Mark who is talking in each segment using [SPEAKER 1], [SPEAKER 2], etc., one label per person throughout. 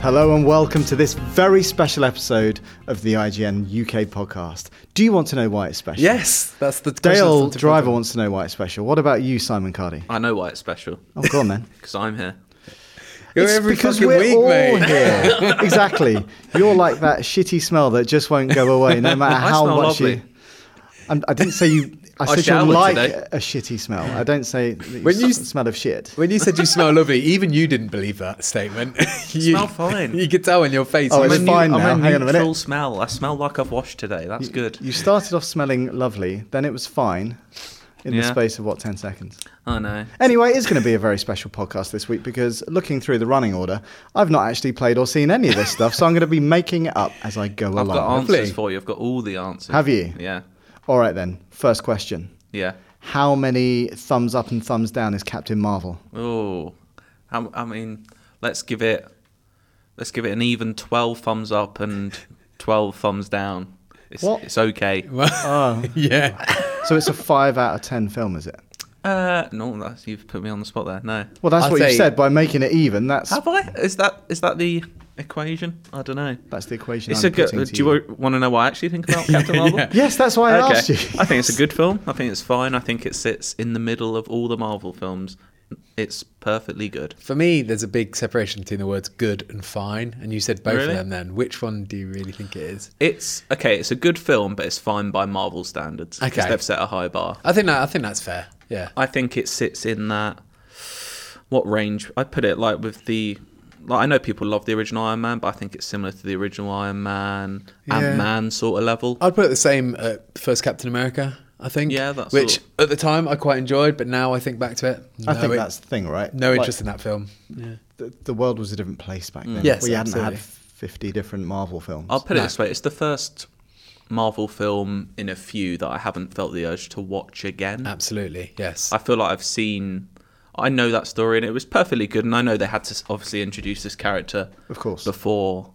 [SPEAKER 1] Hello and welcome to this very special episode of the IGN UK podcast. Do you want to know why it's special?
[SPEAKER 2] Yes, that's the question that's
[SPEAKER 1] Dale
[SPEAKER 2] on tip of
[SPEAKER 1] Driver
[SPEAKER 2] tongue.
[SPEAKER 1] wants to know why it's special. What about you, Simon Cardy?
[SPEAKER 3] I know why it's special
[SPEAKER 1] Oh, go on then.
[SPEAKER 3] because I'm here.
[SPEAKER 2] You're
[SPEAKER 1] It's
[SPEAKER 2] every
[SPEAKER 1] because
[SPEAKER 2] fucking
[SPEAKER 1] we're
[SPEAKER 2] week,
[SPEAKER 1] all
[SPEAKER 2] mate.
[SPEAKER 1] here. exactly. You're like that shitty smell that just won't go away, no matter
[SPEAKER 3] I
[SPEAKER 1] how
[SPEAKER 3] smell
[SPEAKER 1] much
[SPEAKER 3] lovely.
[SPEAKER 1] you. I'm, I didn't say you. I
[SPEAKER 3] I
[SPEAKER 1] said you're
[SPEAKER 3] showered
[SPEAKER 1] like
[SPEAKER 3] today.
[SPEAKER 1] a shitty smell. I don't say that you
[SPEAKER 2] When you
[SPEAKER 1] s-
[SPEAKER 2] s-
[SPEAKER 1] smell of shit.
[SPEAKER 2] When you said you smell lovely, even you didn't believe that statement. you,
[SPEAKER 3] Smell fine.
[SPEAKER 2] You could tell in your face.
[SPEAKER 1] Oh,
[SPEAKER 2] you
[SPEAKER 1] it's
[SPEAKER 2] were-
[SPEAKER 3] I'm
[SPEAKER 1] fine
[SPEAKER 3] a
[SPEAKER 1] now.
[SPEAKER 3] I'm a
[SPEAKER 1] Hang on a minute.
[SPEAKER 3] neutral smell. I smell like I've washed today. That's good.
[SPEAKER 1] You started off smelling lovely, then it was fine in the
[SPEAKER 3] Yeah.
[SPEAKER 1] space of what, 10 seconds?
[SPEAKER 3] I know.
[SPEAKER 1] Anyway, it's going to be a very special podcast this week because looking through the running order, I've not actually played or seen any of this stuff, so I'm going to be making it up as I go
[SPEAKER 3] I've
[SPEAKER 1] along.
[SPEAKER 3] got answers
[SPEAKER 2] Lovely.
[SPEAKER 3] for you. I've got all the answers.
[SPEAKER 1] Have you?
[SPEAKER 3] Yeah.
[SPEAKER 1] All right, then. First question
[SPEAKER 3] Yeah.
[SPEAKER 1] How many thumbs up and thumbs down is Captain Marvel?
[SPEAKER 3] Oh, I, I mean, let's give it, let's give it an even twelve thumbs up and twelve thumbs down. It's,
[SPEAKER 1] What?
[SPEAKER 3] it's okay.
[SPEAKER 1] Oh.
[SPEAKER 2] yeah.
[SPEAKER 1] so it's a 5 out of 10 film, is it?
[SPEAKER 3] Uh, no, that's, you've put me on the spot there. No.
[SPEAKER 1] Well, that's
[SPEAKER 2] I'd
[SPEAKER 1] what you
[SPEAKER 2] say-
[SPEAKER 1] said by making it even. That's
[SPEAKER 3] Have I? Is that is that the equation? I don't know.
[SPEAKER 1] that's the equation.
[SPEAKER 3] It's
[SPEAKER 1] I'm
[SPEAKER 3] a good. uh,
[SPEAKER 1] putting to
[SPEAKER 3] Do you, want to know what I actually think about Captain Marvel?
[SPEAKER 2] Yeah.
[SPEAKER 1] Yes, that's why I asked you.
[SPEAKER 3] I think it's a good film. I think it's fine. I think it sits in the middle of all the Marvel films. It's perfectly good.
[SPEAKER 2] For me, there's a big separation between the words good and fine, and you said both
[SPEAKER 3] Really?
[SPEAKER 2] of them then. Which one do you really think it is?
[SPEAKER 3] It's okay. It's a good film, but it's fine by Marvel standards because
[SPEAKER 2] Okay.
[SPEAKER 3] they've set a high bar.
[SPEAKER 2] I think that, I think that's fair. Yeah.
[SPEAKER 3] I think it sits in that what range? I put it like with the. Like I know people love the original Iron Man, but I think it's similar to the original Iron Man,
[SPEAKER 2] Yeah.
[SPEAKER 3] Ant Man sort of level.
[SPEAKER 2] I'd put it the same at first Captain America, I think.
[SPEAKER 3] Yeah, that's
[SPEAKER 2] Which
[SPEAKER 3] all.
[SPEAKER 2] at the time I quite enjoyed, but now I think back to it.
[SPEAKER 1] I
[SPEAKER 2] no
[SPEAKER 1] think
[SPEAKER 2] in-
[SPEAKER 1] that's the thing, right?
[SPEAKER 2] no
[SPEAKER 1] Like,
[SPEAKER 2] interest in that film. Yeah.
[SPEAKER 1] The, the world was a different place back then.
[SPEAKER 2] Mm. Yes,
[SPEAKER 1] we hadn't
[SPEAKER 2] absolutely.
[SPEAKER 1] had 50 different Marvel films.
[SPEAKER 3] I'll put
[SPEAKER 2] No.
[SPEAKER 3] it this way: it's the first Marvel film in a few that I haven't felt the urge to watch again.
[SPEAKER 2] Absolutely. Yes.
[SPEAKER 3] I feel like I've seen. I know that story, and it was perfectly good. And I know they had to s- obviously introduce this character,
[SPEAKER 1] Of course.
[SPEAKER 3] before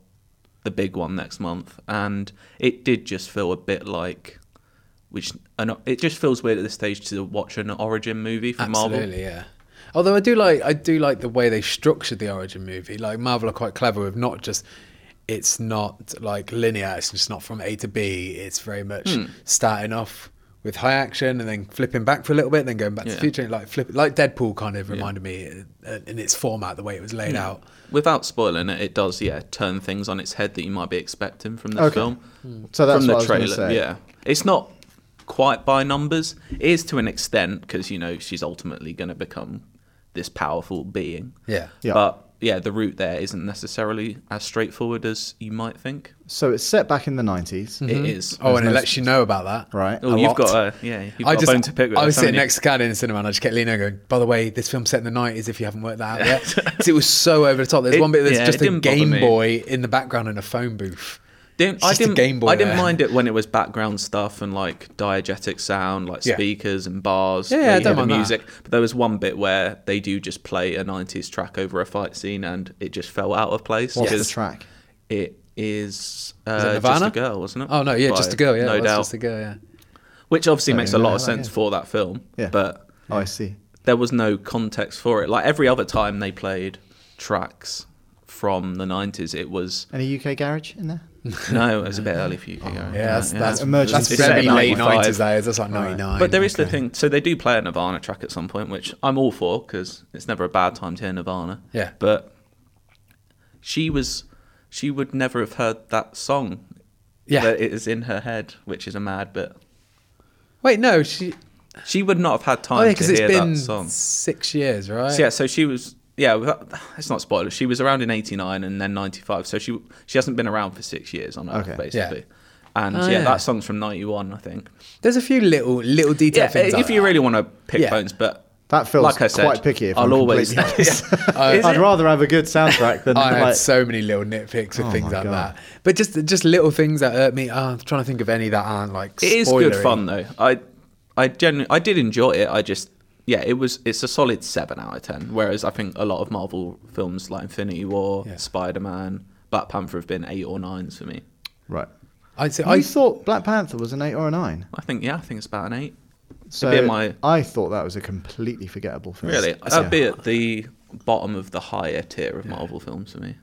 [SPEAKER 3] the big one next month. And it did just feel a bit like, which and it just feels weird at this stage to watch an origin movie for Marvel.
[SPEAKER 2] Absolutely, yeah. Although I do like I do like the way they structured the origin movie. Like Marvel are quite clever with not just it's not like linear, it's just not from A to B. It's very much
[SPEAKER 3] Hmm.
[SPEAKER 2] starting off with high action and then flipping back for a little bit, then going back to the
[SPEAKER 3] Yeah.
[SPEAKER 2] future. Like flip, like Deadpool kind of reminded me uh, in its format, the way it was laid
[SPEAKER 3] Hmm.
[SPEAKER 2] out.
[SPEAKER 3] Without spoiling it, it does yeah turn things on its head that you might be expecting from this
[SPEAKER 1] Okay.
[SPEAKER 3] film.
[SPEAKER 2] Hmm.
[SPEAKER 1] so that's what
[SPEAKER 3] from the
[SPEAKER 1] I was going to
[SPEAKER 3] trailer.
[SPEAKER 1] say.
[SPEAKER 3] Yeah, it's not quite by numbers. It is to an extent because you know she's ultimately going to become this powerful being.
[SPEAKER 2] Yeah.
[SPEAKER 1] Yeah.
[SPEAKER 3] But yeah, the route there isn't necessarily as straightforward as you might think.
[SPEAKER 1] So it's set back in the 90s.
[SPEAKER 3] It is.
[SPEAKER 2] Oh, and it
[SPEAKER 1] no-
[SPEAKER 2] lets you know about that,
[SPEAKER 1] Right.
[SPEAKER 3] Oh,
[SPEAKER 2] A
[SPEAKER 3] you've
[SPEAKER 2] lot.
[SPEAKER 3] got a yeah. You've got
[SPEAKER 2] I
[SPEAKER 3] a bone to pick with.
[SPEAKER 2] I was
[SPEAKER 3] us,
[SPEAKER 2] sitting
[SPEAKER 3] haven't you?
[SPEAKER 2] next to Kat in the cinema, and I just kept leaning over going, "By the way, this film's set in the nineties. If you haven't worked that out yet, 'Cause it was so over the top. There's
[SPEAKER 3] It-
[SPEAKER 2] one bit that's
[SPEAKER 3] yeah,
[SPEAKER 2] just
[SPEAKER 3] it
[SPEAKER 2] a
[SPEAKER 3] didn't bother
[SPEAKER 2] Game
[SPEAKER 3] me.
[SPEAKER 2] Boy in the background and a phone booth.
[SPEAKER 3] Didn't,
[SPEAKER 2] It's
[SPEAKER 3] I
[SPEAKER 2] just a
[SPEAKER 3] didn't.
[SPEAKER 2] Game Boy
[SPEAKER 3] I didn't
[SPEAKER 2] there.
[SPEAKER 3] mind it when it was background stuff and like diegetic sound, like
[SPEAKER 2] Yeah.
[SPEAKER 3] speakers and bars.
[SPEAKER 2] Yeah, yeah,
[SPEAKER 3] where
[SPEAKER 2] I
[SPEAKER 3] you hear
[SPEAKER 2] don't
[SPEAKER 3] the
[SPEAKER 2] mind that.
[SPEAKER 3] music. But there was one bit where they do just play a '90s track over a fight scene, and it just fell out of place.
[SPEAKER 1] What's
[SPEAKER 3] because
[SPEAKER 1] the track?
[SPEAKER 3] It is
[SPEAKER 2] Is it
[SPEAKER 3] uh, just
[SPEAKER 2] Nirvana?
[SPEAKER 3] a girl, wasn't it?
[SPEAKER 2] Oh no, yeah,
[SPEAKER 3] By
[SPEAKER 2] just a girl. Yeah,
[SPEAKER 3] no
[SPEAKER 2] that's
[SPEAKER 3] doubt.
[SPEAKER 2] just a Oh, girl. Yeah,
[SPEAKER 3] Which obviously
[SPEAKER 1] Don't
[SPEAKER 3] makes a
[SPEAKER 1] even
[SPEAKER 3] lot
[SPEAKER 1] know
[SPEAKER 3] of
[SPEAKER 1] that,
[SPEAKER 3] sense
[SPEAKER 1] yeah.
[SPEAKER 3] for that film.
[SPEAKER 1] Yeah.
[SPEAKER 3] But
[SPEAKER 1] Oh, I see.
[SPEAKER 3] there was no context for it. Like every other time they played tracks from the '90s, it was
[SPEAKER 1] Any UK garage in there?
[SPEAKER 3] no, it was a bit early for you. Gary.
[SPEAKER 2] yeah, that's that's,
[SPEAKER 1] Emergency
[SPEAKER 2] that's
[SPEAKER 1] set
[SPEAKER 2] very
[SPEAKER 1] at
[SPEAKER 2] late
[SPEAKER 3] 95.
[SPEAKER 2] nineties. That is. That's like ninety nine.
[SPEAKER 3] But there is the thing. So they do play a Nirvana track at some point, which I'm all for because it's never a bad time to hear Nirvana.
[SPEAKER 2] Yeah.
[SPEAKER 3] But she was, she would never have heard that song.
[SPEAKER 2] Yeah.
[SPEAKER 3] That it is in her head, which is a mad bit.
[SPEAKER 2] Wait, no, she.
[SPEAKER 3] She would not have had time
[SPEAKER 2] Oh yeah,
[SPEAKER 3] to
[SPEAKER 2] because it's
[SPEAKER 3] hear
[SPEAKER 2] been
[SPEAKER 3] that song.
[SPEAKER 2] six years, right?
[SPEAKER 3] So, yeah. So she was. Yeah, without- it's not spoiler. She was around in '89 and then '95, so she she hasn't been around for six years on Earth,
[SPEAKER 1] Okay.
[SPEAKER 3] basically.
[SPEAKER 2] Yeah.
[SPEAKER 3] And
[SPEAKER 2] Oh,
[SPEAKER 3] yeah,
[SPEAKER 2] yeah.
[SPEAKER 3] that song's from '91, I think.
[SPEAKER 2] There's a few little little detail
[SPEAKER 3] yeah,
[SPEAKER 2] things.
[SPEAKER 3] if
[SPEAKER 2] like
[SPEAKER 3] you
[SPEAKER 2] that.
[SPEAKER 3] really want to pick
[SPEAKER 2] Yeah.
[SPEAKER 3] bones, but
[SPEAKER 1] That feels
[SPEAKER 3] like I said,
[SPEAKER 1] quite picky. If
[SPEAKER 3] I'll
[SPEAKER 1] I'm
[SPEAKER 3] always.
[SPEAKER 1] completely honest.
[SPEAKER 3] Is
[SPEAKER 1] I'd
[SPEAKER 3] it?
[SPEAKER 1] rather have a good soundtrack than
[SPEAKER 2] I
[SPEAKER 1] like,
[SPEAKER 2] had so many little nitpicks with
[SPEAKER 1] Oh
[SPEAKER 2] things
[SPEAKER 1] my
[SPEAKER 2] like
[SPEAKER 1] God.
[SPEAKER 2] that, but just just little things that hurt me. Ah, I'm trying to think of any that aren't like.
[SPEAKER 3] It is good
[SPEAKER 2] spoilery.
[SPEAKER 3] fun though. I I genu- I did enjoy it. I just yeah, it was it's a solid seven out of ten. Whereas I think a lot of Marvel films like Infinity War,
[SPEAKER 2] Yeah.
[SPEAKER 3] Spider Man, Black Panther have been eight or nines for me.
[SPEAKER 1] right.
[SPEAKER 2] I'd say
[SPEAKER 1] I
[SPEAKER 2] I
[SPEAKER 1] thought Black Panther was an eight or a nine.
[SPEAKER 3] I think yeah, I think it's about an eight.
[SPEAKER 1] So
[SPEAKER 3] be in my-
[SPEAKER 1] I thought that was a completely forgettable film.
[SPEAKER 3] Really,
[SPEAKER 1] Yeah.
[SPEAKER 3] albeit the bottom of the higher tier of Marvel films for me.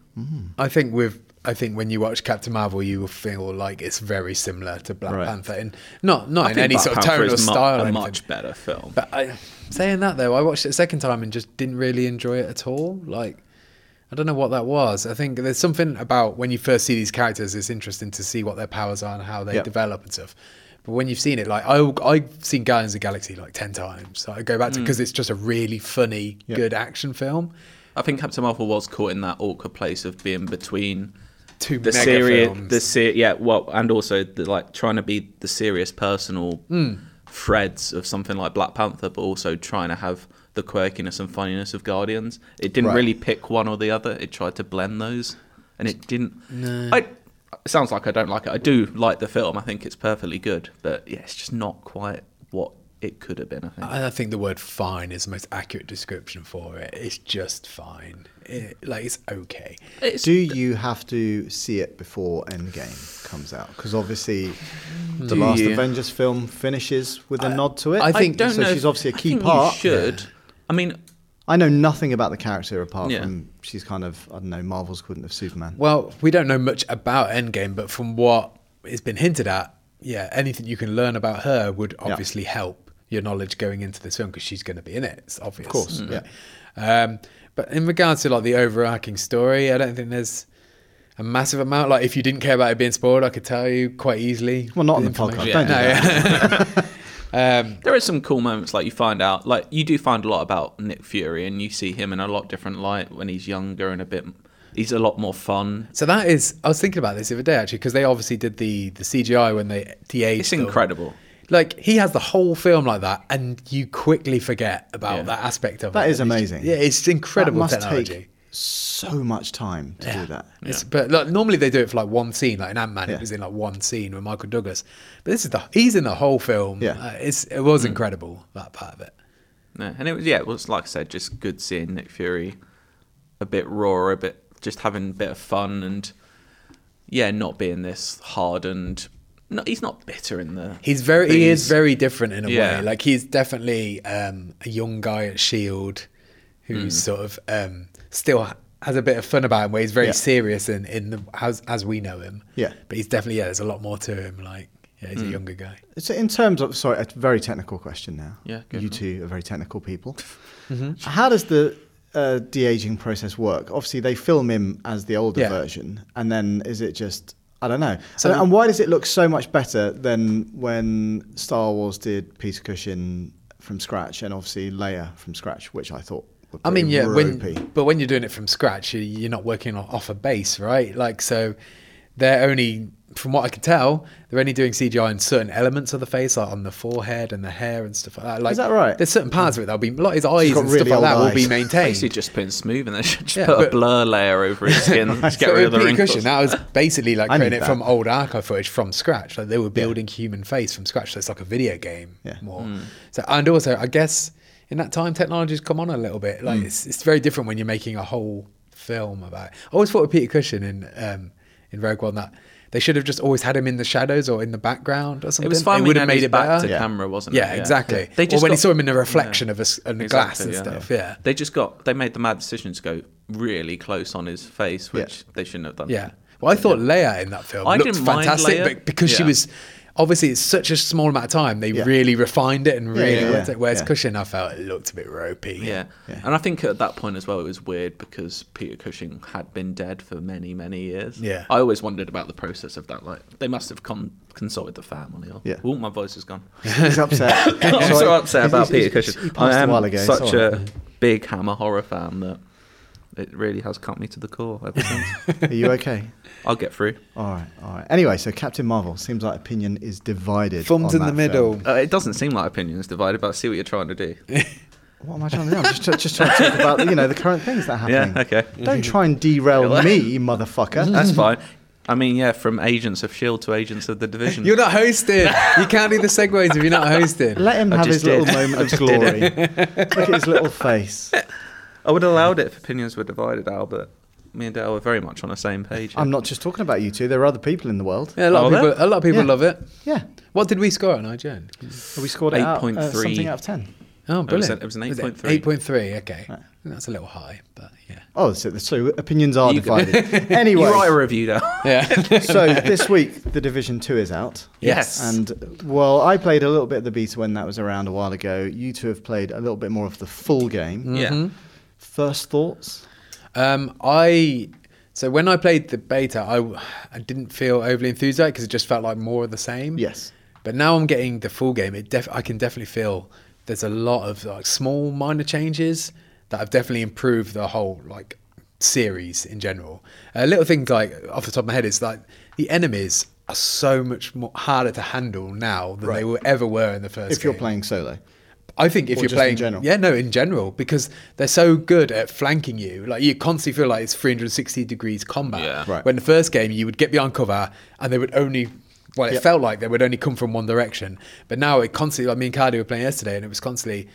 [SPEAKER 2] I think with I think when you watch Captain Marvel, you will feel like it's very similar to Black
[SPEAKER 1] Right.
[SPEAKER 2] Panther, and not not
[SPEAKER 3] I
[SPEAKER 2] in
[SPEAKER 3] think
[SPEAKER 2] any
[SPEAKER 3] Black
[SPEAKER 2] sort of
[SPEAKER 3] Panther
[SPEAKER 2] tone or
[SPEAKER 3] is mu-
[SPEAKER 2] style. or
[SPEAKER 3] a
[SPEAKER 2] anything.
[SPEAKER 3] much better film.
[SPEAKER 2] But I, saying that though, I watched it a second time and just didn't really enjoy it at all. Like, I don't know what that was. I think there's something about when you first see these characters, it's interesting to see what their powers are and how they
[SPEAKER 1] Yeah.
[SPEAKER 2] develop and stuff. But when you've seen it, like I, I've seen Guardians of the Galaxy like ten times. So I go back to because it's just a really funny,
[SPEAKER 1] Yeah.
[SPEAKER 2] good action film.
[SPEAKER 3] I think Captain Marvel was caught in that awkward place of being between
[SPEAKER 2] Two
[SPEAKER 3] the
[SPEAKER 2] mega
[SPEAKER 3] serious,
[SPEAKER 2] films.
[SPEAKER 3] the ser- yeah, well, and also the, like trying to be the serious personal
[SPEAKER 1] Hmm.
[SPEAKER 3] threads of something like Black Panther, but also trying to have the quirkiness and funniness of Guardians. It didn't
[SPEAKER 1] Right.
[SPEAKER 3] really pick one or the other. It tried to blend those, and it didn't. I, it sounds like I don't like it. I do like the film. I think it's perfectly good, but yeah, it's just not quite what it could have been. I think.
[SPEAKER 2] I I think the word "fine" is the most accurate description for it. It's just fine. It, like it's okay.
[SPEAKER 3] It's-
[SPEAKER 1] Do you have to see it before Endgame comes out? Because obviously, the
[SPEAKER 3] Do
[SPEAKER 1] last
[SPEAKER 3] you?
[SPEAKER 1] Avengers film finishes with a nod to it.
[SPEAKER 2] I think-
[SPEAKER 3] don't
[SPEAKER 1] so.
[SPEAKER 3] know
[SPEAKER 1] She's
[SPEAKER 3] if-
[SPEAKER 1] obviously a
[SPEAKER 3] I
[SPEAKER 1] key
[SPEAKER 3] think you
[SPEAKER 1] part.
[SPEAKER 3] should. I mean,
[SPEAKER 1] I know nothing about the character apart
[SPEAKER 3] Yeah.
[SPEAKER 1] from she's kind of I don't know Marvel's couldn't have Superman.
[SPEAKER 2] Well, we don't know much about Endgame, but from what has been hinted at, yeah, anything you can learn about her would obviously help your knowledge going into this film because she's going to be in it. It's obvious, of
[SPEAKER 1] course, Mm.
[SPEAKER 2] Um, but in regards to like the overarching story, I don't think there's a massive amount. Like, if you didn't care about it being spoiled, I could tell you quite easily.
[SPEAKER 1] Well, not on the
[SPEAKER 2] information.
[SPEAKER 1] podcast,
[SPEAKER 3] don't do
[SPEAKER 2] yeah. um,
[SPEAKER 3] There are some cool moments, like you find out, like you do find a lot about Nick Fury, and you see him in a lot different light when he's younger and a bit. He's a lot more fun.
[SPEAKER 2] So that is, I was thinking about this the other day actually, because they obviously did the the CGI when they de-aged.
[SPEAKER 3] It's
[SPEAKER 2] them.
[SPEAKER 3] incredible.
[SPEAKER 2] Like he has the whole film like that, and you quickly forget about
[SPEAKER 3] Yeah.
[SPEAKER 2] that aspect of it.
[SPEAKER 1] That is
[SPEAKER 2] It's-
[SPEAKER 1] amazing.
[SPEAKER 2] yeah, it's incredible
[SPEAKER 1] that must
[SPEAKER 2] technology.
[SPEAKER 1] take so much time to do that.
[SPEAKER 2] It's- but like, normally they do it for like one scene, like in Ant Man,
[SPEAKER 1] Yeah.
[SPEAKER 2] it was in like one scene with Michael Douglas. But this is the he's in the whole film.
[SPEAKER 1] Yeah.
[SPEAKER 2] Uh, it's it was
[SPEAKER 3] Hmm.
[SPEAKER 2] incredible that part of it.
[SPEAKER 3] Yeah. And it was, yeah, it was like I said, just good seeing Nick Fury a bit raw, a bit just having a bit of fun, and yeah, not being this hardened. No, he's not bitter in the.
[SPEAKER 2] He's very
[SPEAKER 3] but
[SPEAKER 2] he
[SPEAKER 3] he's-
[SPEAKER 2] is very different in a
[SPEAKER 3] Yeah.
[SPEAKER 2] way. Like he's definitely um, a young guy at Shield E who's
[SPEAKER 3] Hmm.
[SPEAKER 2] sort of um, still ha- has a bit of fun about him where he's very
[SPEAKER 1] Yeah.
[SPEAKER 2] serious in, in the as as we know him.
[SPEAKER 1] Yeah.
[SPEAKER 2] But he's definitely yeah, there's a lot more to him, like yeah, he's
[SPEAKER 3] Hmm.
[SPEAKER 2] a younger guy.
[SPEAKER 1] So in terms of sorry, a very technical question now.
[SPEAKER 3] Yeah, go
[SPEAKER 1] you
[SPEAKER 3] for it.
[SPEAKER 1] two are very technical people.
[SPEAKER 2] Mm-hmm.
[SPEAKER 1] How does the uh, de aging process work? Obviously, they film him as the older
[SPEAKER 2] Yeah.
[SPEAKER 1] version, and then is it just I don't know.
[SPEAKER 2] So-
[SPEAKER 1] and, and why does it look so much better than when Star Wars did Peter Cushing from scratch, and obviously Leia from scratch, which I thought. Were
[SPEAKER 2] I mean,
[SPEAKER 1] pretty
[SPEAKER 2] yeah,
[SPEAKER 1] ropey.
[SPEAKER 2] when, but when you're doing it from scratch, you- you're not working o- off a base, right? Like, so they're only, from what I can tell, they're only doing CGI in certain elements of the face, like on the forehead and the hair and stuff like that. Like,
[SPEAKER 1] that right?
[SPEAKER 2] There's certain parts of it that'll be, like his eyes
[SPEAKER 1] got
[SPEAKER 2] and
[SPEAKER 1] really
[SPEAKER 2] stuff like that
[SPEAKER 1] old
[SPEAKER 2] will be
[SPEAKER 1] eyes.
[SPEAKER 2] maintained.
[SPEAKER 3] Basically, just been smooth, and then just
[SPEAKER 2] Yeah,
[SPEAKER 3] put a
[SPEAKER 2] but-
[SPEAKER 3] blur layer over his skin, just get
[SPEAKER 2] so
[SPEAKER 3] rid
[SPEAKER 2] with
[SPEAKER 3] of the
[SPEAKER 2] Peter
[SPEAKER 3] wrinkles.
[SPEAKER 2] Cushing, that was basically like
[SPEAKER 1] I need
[SPEAKER 2] creating it from
[SPEAKER 1] that.
[SPEAKER 2] old archive footage from scratch. Like they were building human face from scratch. So it's like a video game
[SPEAKER 1] Yeah.
[SPEAKER 2] more.
[SPEAKER 3] Hmm.
[SPEAKER 2] So and also, I guess in that time, technology's come on a little bit.
[SPEAKER 3] Hmm.
[SPEAKER 2] Like it's, it's very different when you're making a whole film about. It. I always thought with Peter Cushing in um, in Rogue One that they should have just always had him in the shadows or in the background or something.
[SPEAKER 3] It was fun.
[SPEAKER 2] It
[SPEAKER 3] when
[SPEAKER 2] would
[SPEAKER 3] he
[SPEAKER 2] have
[SPEAKER 3] had
[SPEAKER 2] made
[SPEAKER 3] his
[SPEAKER 2] it
[SPEAKER 3] back
[SPEAKER 2] better.
[SPEAKER 3] to camera, wasn't
[SPEAKER 2] yeah,
[SPEAKER 3] it?
[SPEAKER 2] exactly.
[SPEAKER 3] They
[SPEAKER 2] or
[SPEAKER 3] just
[SPEAKER 2] when he
[SPEAKER 3] got-
[SPEAKER 2] saw him in the reflection of a, s- in a glass and
[SPEAKER 3] Exactly, yeah.
[SPEAKER 2] stuff. Yeah.
[SPEAKER 3] They just got they made the mad decision to go really close on his face, which they shouldn't have done.
[SPEAKER 2] Yeah. Well, I thought Leia in that film
[SPEAKER 3] I
[SPEAKER 2] looked
[SPEAKER 3] didn't mind
[SPEAKER 2] fantastic,
[SPEAKER 3] Leia.
[SPEAKER 2] but because she
[SPEAKER 3] Yeah.
[SPEAKER 2] was obviously it's such a small amount of time, they
[SPEAKER 1] Yeah.
[SPEAKER 2] really refined it and really
[SPEAKER 1] yeah,
[SPEAKER 2] worked
[SPEAKER 1] yeah,
[SPEAKER 2] it. Whereas
[SPEAKER 1] yeah.
[SPEAKER 2] Cushing, I felt it looked a bit ropey.
[SPEAKER 3] Yeah. And I think at that point as well, it was weird because Peter Cushing had been dead for many, many years.
[SPEAKER 2] Yeah.
[SPEAKER 3] I always wondered about the process of that. Like, they must have con- consulted the family. Or,
[SPEAKER 1] Yeah.
[SPEAKER 3] Oh, my voice is gone.
[SPEAKER 1] He's upset.
[SPEAKER 3] I'm so
[SPEAKER 1] Sorry.
[SPEAKER 3] upset
[SPEAKER 1] He's-
[SPEAKER 3] about
[SPEAKER 1] he's-
[SPEAKER 3] Peter
[SPEAKER 1] he's-
[SPEAKER 3] Cushing.
[SPEAKER 1] He passed
[SPEAKER 3] I am
[SPEAKER 1] a while ago. it's
[SPEAKER 3] such
[SPEAKER 1] all right.
[SPEAKER 3] a big Hammer horror fan that it really has cut me to the core ever since.
[SPEAKER 1] Are you okay?
[SPEAKER 3] I'll get through.
[SPEAKER 1] All right, all right. Anyway, so Captain Marvel seems like opinion is divided.
[SPEAKER 2] Thumbs
[SPEAKER 1] on
[SPEAKER 2] in the
[SPEAKER 1] that
[SPEAKER 2] middle.
[SPEAKER 1] film.
[SPEAKER 3] Uh, it doesn't seem like opinions divided, but I see what you're trying to do.
[SPEAKER 1] What am I trying to do? I'm just, just trying to talk about you know the current things that are
[SPEAKER 3] Yeah,
[SPEAKER 1] happening.
[SPEAKER 3] okay.
[SPEAKER 1] Don't try and derail me, motherfucker.
[SPEAKER 3] That's fine. I mean, yeah, from Agents of Shield E to Agents of the Division.
[SPEAKER 2] You're not hosting. you can't do the segues if you're not hosting.
[SPEAKER 1] Let him
[SPEAKER 3] I
[SPEAKER 1] have his
[SPEAKER 3] just
[SPEAKER 1] little
[SPEAKER 3] did.
[SPEAKER 1] moment
[SPEAKER 3] I
[SPEAKER 1] of
[SPEAKER 3] just did
[SPEAKER 1] glory.
[SPEAKER 3] it.
[SPEAKER 1] Look at his little face.
[SPEAKER 3] I would have allowed it if opinions were divided, Albert. Me and Dale were very much on the same page.
[SPEAKER 1] I'm not just talking about you two. There are other people in the world.
[SPEAKER 2] yeah, a lot of
[SPEAKER 3] Are there?
[SPEAKER 2] people. A lot of people
[SPEAKER 1] Yeah.
[SPEAKER 2] love it.
[SPEAKER 1] Yeah.
[SPEAKER 2] What did we score on IGN?
[SPEAKER 1] Have we scored it out, uh,
[SPEAKER 3] 8.3.
[SPEAKER 1] something out of ten.
[SPEAKER 2] Oh,
[SPEAKER 3] It was
[SPEAKER 2] brilliant.
[SPEAKER 3] an- it was an
[SPEAKER 2] Was
[SPEAKER 3] 8.3.
[SPEAKER 2] 8.3, okay. I think That's a little high, but yeah.
[SPEAKER 1] Oh, so, so opinions are
[SPEAKER 3] You can-
[SPEAKER 1] divided. anyway,
[SPEAKER 3] You write a review now.
[SPEAKER 2] Yeah.
[SPEAKER 1] so this week the Division Two is out.
[SPEAKER 3] Yes.
[SPEAKER 1] And well, I played a little bit of the beta when that was around a while ago. You two have played a little bit more of the full game.
[SPEAKER 2] Mm-hmm.
[SPEAKER 3] Mm. yeah.
[SPEAKER 1] First thoughts?
[SPEAKER 2] Um, I so when I played the beta, I, I didn't feel overly enthusiastic because it just felt like more of the same.
[SPEAKER 1] Yes.
[SPEAKER 2] But now I'm getting the full game. It def- I can definitely feel there's a lot of like small minor changes that have definitely improved the whole like series in general. Uh, little things like off the top of my head is like the enemies are so much more harder to handle now than they were, ever were in the first.
[SPEAKER 1] If you're
[SPEAKER 2] game.
[SPEAKER 1] playing solo.
[SPEAKER 2] I think if
[SPEAKER 1] Or
[SPEAKER 2] you're
[SPEAKER 1] just in
[SPEAKER 2] playing,
[SPEAKER 1] general?
[SPEAKER 2] yeah, no, in general, because they're so good at flanking you. Like you constantly feel like it's 360 degrees combat.
[SPEAKER 3] Yeah.
[SPEAKER 1] Right.
[SPEAKER 2] When the first game, you would get behind cover, and they would only, well, it
[SPEAKER 1] Yep.
[SPEAKER 2] felt like they would only come from one direction. But now it constantly, like me and Cardi were playing yesterday, and it was constantly.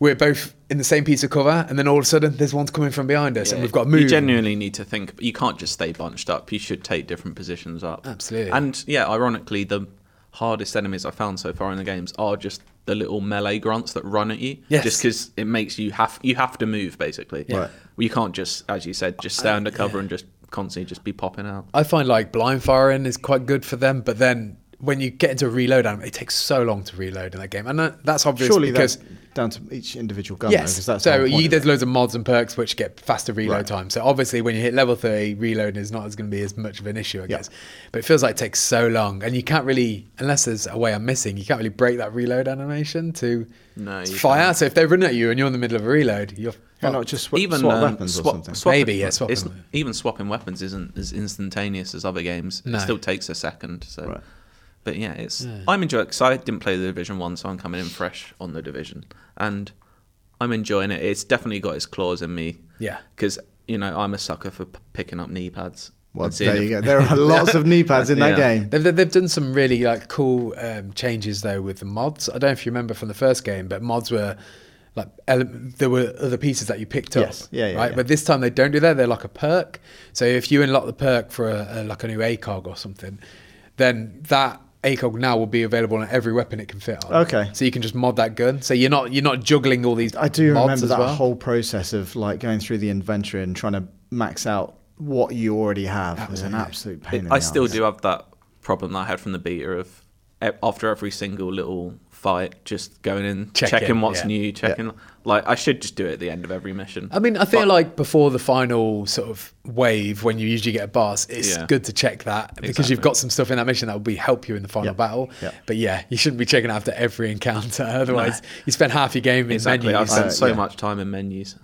[SPEAKER 2] We're both in the same piece of cover, and then all of a sudden, there's one's coming from behind us, and we've got to move.
[SPEAKER 3] You genuinely need to think. You can't just stay bunched up. You should take different positions up.
[SPEAKER 2] Absolutely.
[SPEAKER 3] And yeah, ironically, the hardest enemies I found so far in the games are just the little melee grunts that run at you.
[SPEAKER 2] Yes.
[SPEAKER 3] Just because it makes you have you have to move basically.
[SPEAKER 1] Yeah. Right.
[SPEAKER 3] You can't just, as you said, just stay under cover and just constantly just be popping out.
[SPEAKER 2] I find like blind firing is quite good for them, but then when you get into a reload, it takes so long to reload in that game, and that, that's obvious
[SPEAKER 1] Surely
[SPEAKER 2] because
[SPEAKER 1] that's down to each individual gun. though,
[SPEAKER 2] Yes.
[SPEAKER 1] 'cause that's the
[SPEAKER 2] so
[SPEAKER 1] whole point
[SPEAKER 2] you,
[SPEAKER 1] of
[SPEAKER 2] there's
[SPEAKER 1] it.
[SPEAKER 2] loads of mods and perks which get faster reload
[SPEAKER 1] Right.
[SPEAKER 2] time. So obviously, when you hit level 30, reloading is not as going to be as much of an issue, I
[SPEAKER 1] Yeah.
[SPEAKER 2] guess. But it feels like it takes so long, and you can't really, unless there's a way I'm missing, you can't really break that reload animation to
[SPEAKER 3] No,
[SPEAKER 2] to
[SPEAKER 3] you
[SPEAKER 2] fire.
[SPEAKER 3] can't.
[SPEAKER 2] So if they run at you and you're in the middle of a reload, you're
[SPEAKER 1] Why
[SPEAKER 2] fucked.
[SPEAKER 1] not just sw-
[SPEAKER 3] even
[SPEAKER 1] swap
[SPEAKER 3] um,
[SPEAKER 1] weapons
[SPEAKER 3] swap-
[SPEAKER 1] or something.
[SPEAKER 3] swapping-
[SPEAKER 2] Maybe, yeah, swapping
[SPEAKER 3] it's-
[SPEAKER 2] weapons.
[SPEAKER 3] Even swapping weapons isn't as instantaneous as other games.
[SPEAKER 2] No.
[SPEAKER 3] It still takes a second. So,
[SPEAKER 1] Right.
[SPEAKER 3] but yeah, it's I'm enjoying because I didn't play the Division One, so I'm coming in fresh on the Division, and I'm enjoying it. It's definitely got its claws in me.
[SPEAKER 2] Yeah.
[SPEAKER 3] because you know I'm a sucker for p- picking up knee pads.
[SPEAKER 1] well,
[SPEAKER 3] and seeing
[SPEAKER 1] there you go.
[SPEAKER 3] if-
[SPEAKER 1] There are lots of knee pads in that
[SPEAKER 3] Yeah.
[SPEAKER 1] game.
[SPEAKER 2] They've, they've- they've done some really like cool um, changes though with the mods. I don't know if you remember from the first game, but mods were like ele- there were other pieces that you picked up.
[SPEAKER 1] Yes. Yeah, yeah,
[SPEAKER 2] right.
[SPEAKER 1] yeah.
[SPEAKER 2] But this time they don't do that. They're like a perk. So if you unlock the perk for a, a, like a new ACOG or something, then that ACOG now will be available on every weapon it can fit on.
[SPEAKER 1] Okay.
[SPEAKER 2] So you can just mod that gun. So you're not you're not juggling all these.
[SPEAKER 1] I do
[SPEAKER 2] mods
[SPEAKER 1] remember
[SPEAKER 2] as
[SPEAKER 1] that
[SPEAKER 2] well.
[SPEAKER 1] whole process of like going through the inventory and trying to max out what you already have. That was an absolute pain. in the
[SPEAKER 3] I still
[SPEAKER 1] arse.
[SPEAKER 3] do have that problem that I had from the beta of e- after every single little fight, just going in,
[SPEAKER 2] Check
[SPEAKER 3] checking
[SPEAKER 2] in,
[SPEAKER 3] what's
[SPEAKER 2] yeah.
[SPEAKER 3] new, checking. Like I should just do it at the end of every mission.
[SPEAKER 2] I mean, I feel
[SPEAKER 3] But-
[SPEAKER 2] like before the final sort of wave, when you usually get a boss, it's
[SPEAKER 3] Yeah.
[SPEAKER 2] good to check that because you've
[SPEAKER 3] Exactly.
[SPEAKER 2] got some stuff in that mission that will be help you in the final
[SPEAKER 1] Yeah.
[SPEAKER 2] battle.
[SPEAKER 1] Yeah.
[SPEAKER 2] But yeah, you shouldn't be checking after every encounter. Otherwise, you spend half your game in
[SPEAKER 3] Exactly. I've
[SPEAKER 2] menus.
[SPEAKER 3] spent so
[SPEAKER 1] yeah.
[SPEAKER 3] much time in menus,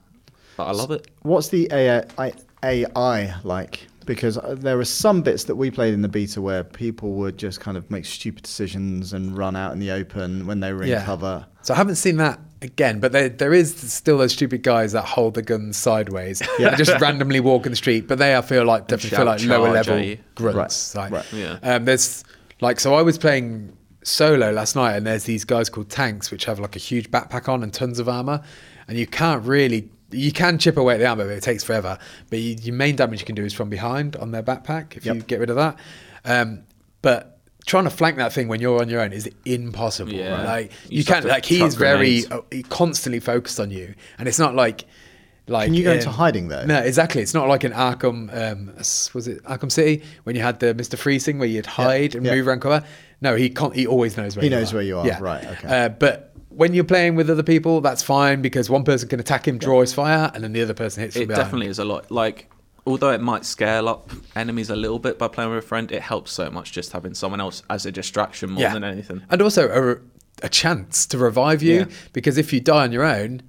[SPEAKER 3] but I love it.
[SPEAKER 1] What's the AI, I- AI like? Because uh, there were some bits that we played in the beta where people would just kind of make stupid decisions and run out in the open when they were in cover.
[SPEAKER 2] So I haven't seen that again, but there, there is still those stupid guys that hold the guns sideways and just randomly walk in the street. But they, I feel like, definitely feel
[SPEAKER 3] shout
[SPEAKER 2] like lower
[SPEAKER 3] charge at
[SPEAKER 2] level
[SPEAKER 3] you.
[SPEAKER 2] grunts.
[SPEAKER 1] Right,
[SPEAKER 2] Like,
[SPEAKER 3] right. Yeah.
[SPEAKER 2] Um, there's like so I was playing solo last night, and there's these guys called tanks which have like a huge backpack on and tons of armor, and you can't really. You can chip away at the armor, but it takes forever. But you, your main damage you can do is from behind on their backpack if
[SPEAKER 1] Yep.
[SPEAKER 2] you get rid of that. Um, but trying to flank that thing when you're on your own is impossible.
[SPEAKER 3] Yeah.
[SPEAKER 2] Like you,
[SPEAKER 3] You just
[SPEAKER 2] can't.
[SPEAKER 3] have to
[SPEAKER 2] Like he's
[SPEAKER 3] chuck
[SPEAKER 2] very
[SPEAKER 3] grenades.
[SPEAKER 2] uh, he constantly focused on you, and it's not like like
[SPEAKER 1] Can you go into
[SPEAKER 2] um,
[SPEAKER 1] hiding, though?
[SPEAKER 2] No, exactly. It's not like in Arkham. Um, s- was it Arkham City when you had the Mister Freeze thing where you'd hide and
[SPEAKER 1] yeah.
[SPEAKER 2] move around cover? No, he can't. He always knows where
[SPEAKER 1] He
[SPEAKER 2] you
[SPEAKER 1] knows
[SPEAKER 2] are.
[SPEAKER 1] where you are, right, okay.
[SPEAKER 2] Uh, but when you're playing with other people, that's fine because one person can attack him, draw his fire, and then the other person hits.
[SPEAKER 3] It
[SPEAKER 2] from behind.
[SPEAKER 3] definitely is a lot. Like, although it might scale up enemies a little bit by playing with a friend, it helps so much just having someone else as a distraction more than anything.
[SPEAKER 2] And also a, a chance to revive you
[SPEAKER 3] Yeah.
[SPEAKER 2] because if you die on your own,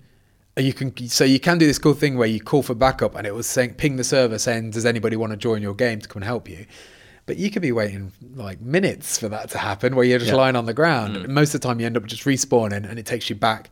[SPEAKER 2] uh, you can so you can do this cool thing where you call for backup and it will saying ping the server saying does anybody want to join your game to come and help you. But you could be waiting like minutes for that to happen where you're just lying on the ground.
[SPEAKER 3] Mm.
[SPEAKER 2] Most of the time you end up just respawning and it takes you back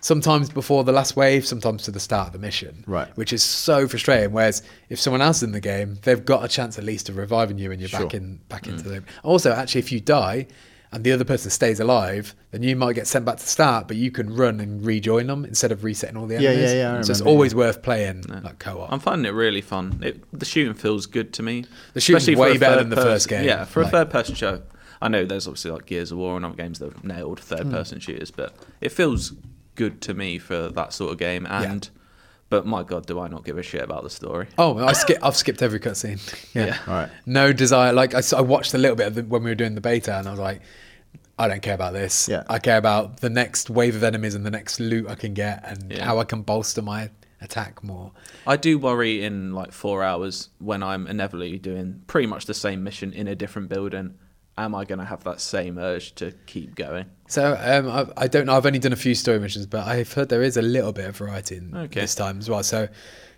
[SPEAKER 2] sometimes before the last wave, sometimes to the start of the mission.
[SPEAKER 1] Right.
[SPEAKER 2] Which is so frustrating. Whereas if someone else is in the game, they've got a chance at least of reviving you and you're back
[SPEAKER 1] Sure. Mm.
[SPEAKER 2] in back into the also actually if you die and the other person stays alive then you might get sent back to start but you can run and rejoin them instead of resetting all the
[SPEAKER 1] Yeah,
[SPEAKER 2] enemies
[SPEAKER 1] yeah, yeah, I
[SPEAKER 2] so it's
[SPEAKER 1] remember,
[SPEAKER 2] always worth playing like co-op
[SPEAKER 3] I'm finding it really fun. It, the shooting feels good to me.
[SPEAKER 2] The shooting's
[SPEAKER 3] Especially for
[SPEAKER 2] way
[SPEAKER 3] a
[SPEAKER 2] better
[SPEAKER 3] third
[SPEAKER 2] than the first
[SPEAKER 3] person-
[SPEAKER 2] game.
[SPEAKER 3] Yeah, for
[SPEAKER 2] Like-
[SPEAKER 3] a third person show.
[SPEAKER 2] Hmm.
[SPEAKER 3] I know there's obviously like Gears of War and other games that have nailed third person shooters, but it feels good to me for that sort of game. And but my god, do I not give a shit about the story?
[SPEAKER 2] Oh, I skip. I've skipped every cutscene. Yeah.
[SPEAKER 3] Yeah.
[SPEAKER 1] Right.
[SPEAKER 2] No desire. Like I, s- I watched a little bit of the, when we were doing the beta, and I was like, I don't care about this.
[SPEAKER 1] Yeah.
[SPEAKER 2] I care about the next wave of enemies and the next loot I can get, and
[SPEAKER 3] Yeah.
[SPEAKER 2] how I can bolster my attack more.
[SPEAKER 3] I do worry in like four hours when I'm inevitably doing pretty much the same mission in a different building. Am I going to have that same urge to keep going?
[SPEAKER 2] So um, I, I don't know. I've only done a few story missions, but I've heard there is a little bit of variety in
[SPEAKER 3] Okay.
[SPEAKER 2] this time as well. So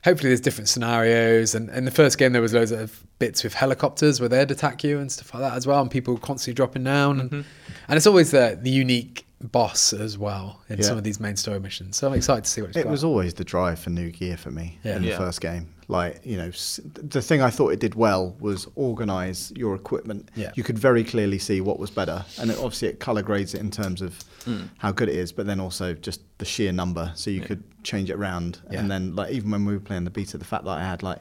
[SPEAKER 2] hopefully there's different scenarios. And in the first game, there was loads of bits with helicopters where they'd attack you and stuff like that as well. And people constantly dropping down. And,
[SPEAKER 1] Mm-hmm.
[SPEAKER 2] and it's always the, the unique boss as well in
[SPEAKER 1] Yeah.
[SPEAKER 2] some of these main story missions. So I'm excited to see what it's
[SPEAKER 1] It
[SPEAKER 2] got.
[SPEAKER 1] was always the drive for new gear for me
[SPEAKER 2] Yeah.
[SPEAKER 1] in the
[SPEAKER 3] Yeah.
[SPEAKER 1] first game. Like, you know, s- the thing I thought it did well was organize your equipment.
[SPEAKER 2] Yeah.
[SPEAKER 1] You could very clearly see what was better. And it, obviously, it color grades it in terms of how good it is, but then also just the sheer number. So you could change it around.
[SPEAKER 2] Yeah.
[SPEAKER 1] And then, like, even when we were playing the beta, the fact that I had like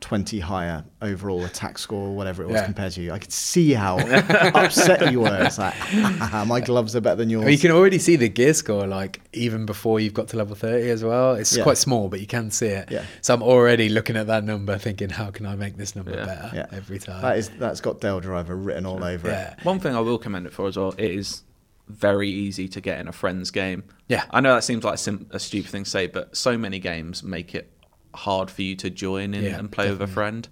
[SPEAKER 1] 20 higher overall attack score, or whatever it was
[SPEAKER 2] Yeah.
[SPEAKER 1] compared to you, I could see how upset you were. It's like, my gloves are better than yours.
[SPEAKER 2] I mean, you can already see the gear score, like even before you've got to level 30 as well. It's
[SPEAKER 1] Yeah.
[SPEAKER 2] quite small, but you can see it.
[SPEAKER 1] Yeah.
[SPEAKER 2] So I'm already looking at that number thinking, how can I make this number
[SPEAKER 3] Yeah.
[SPEAKER 2] better
[SPEAKER 1] Yeah.
[SPEAKER 2] every time?
[SPEAKER 1] That is, that's got Dale Driver written all over it.
[SPEAKER 2] yeah.
[SPEAKER 3] One thing I will commend it for as well, it is very easy to get in a friend's game.
[SPEAKER 2] Yeah.
[SPEAKER 3] I know that seems like a, sim- a stupid thing to say, but so many games make it hard for you to join in
[SPEAKER 2] Yeah,
[SPEAKER 3] and play with a friend.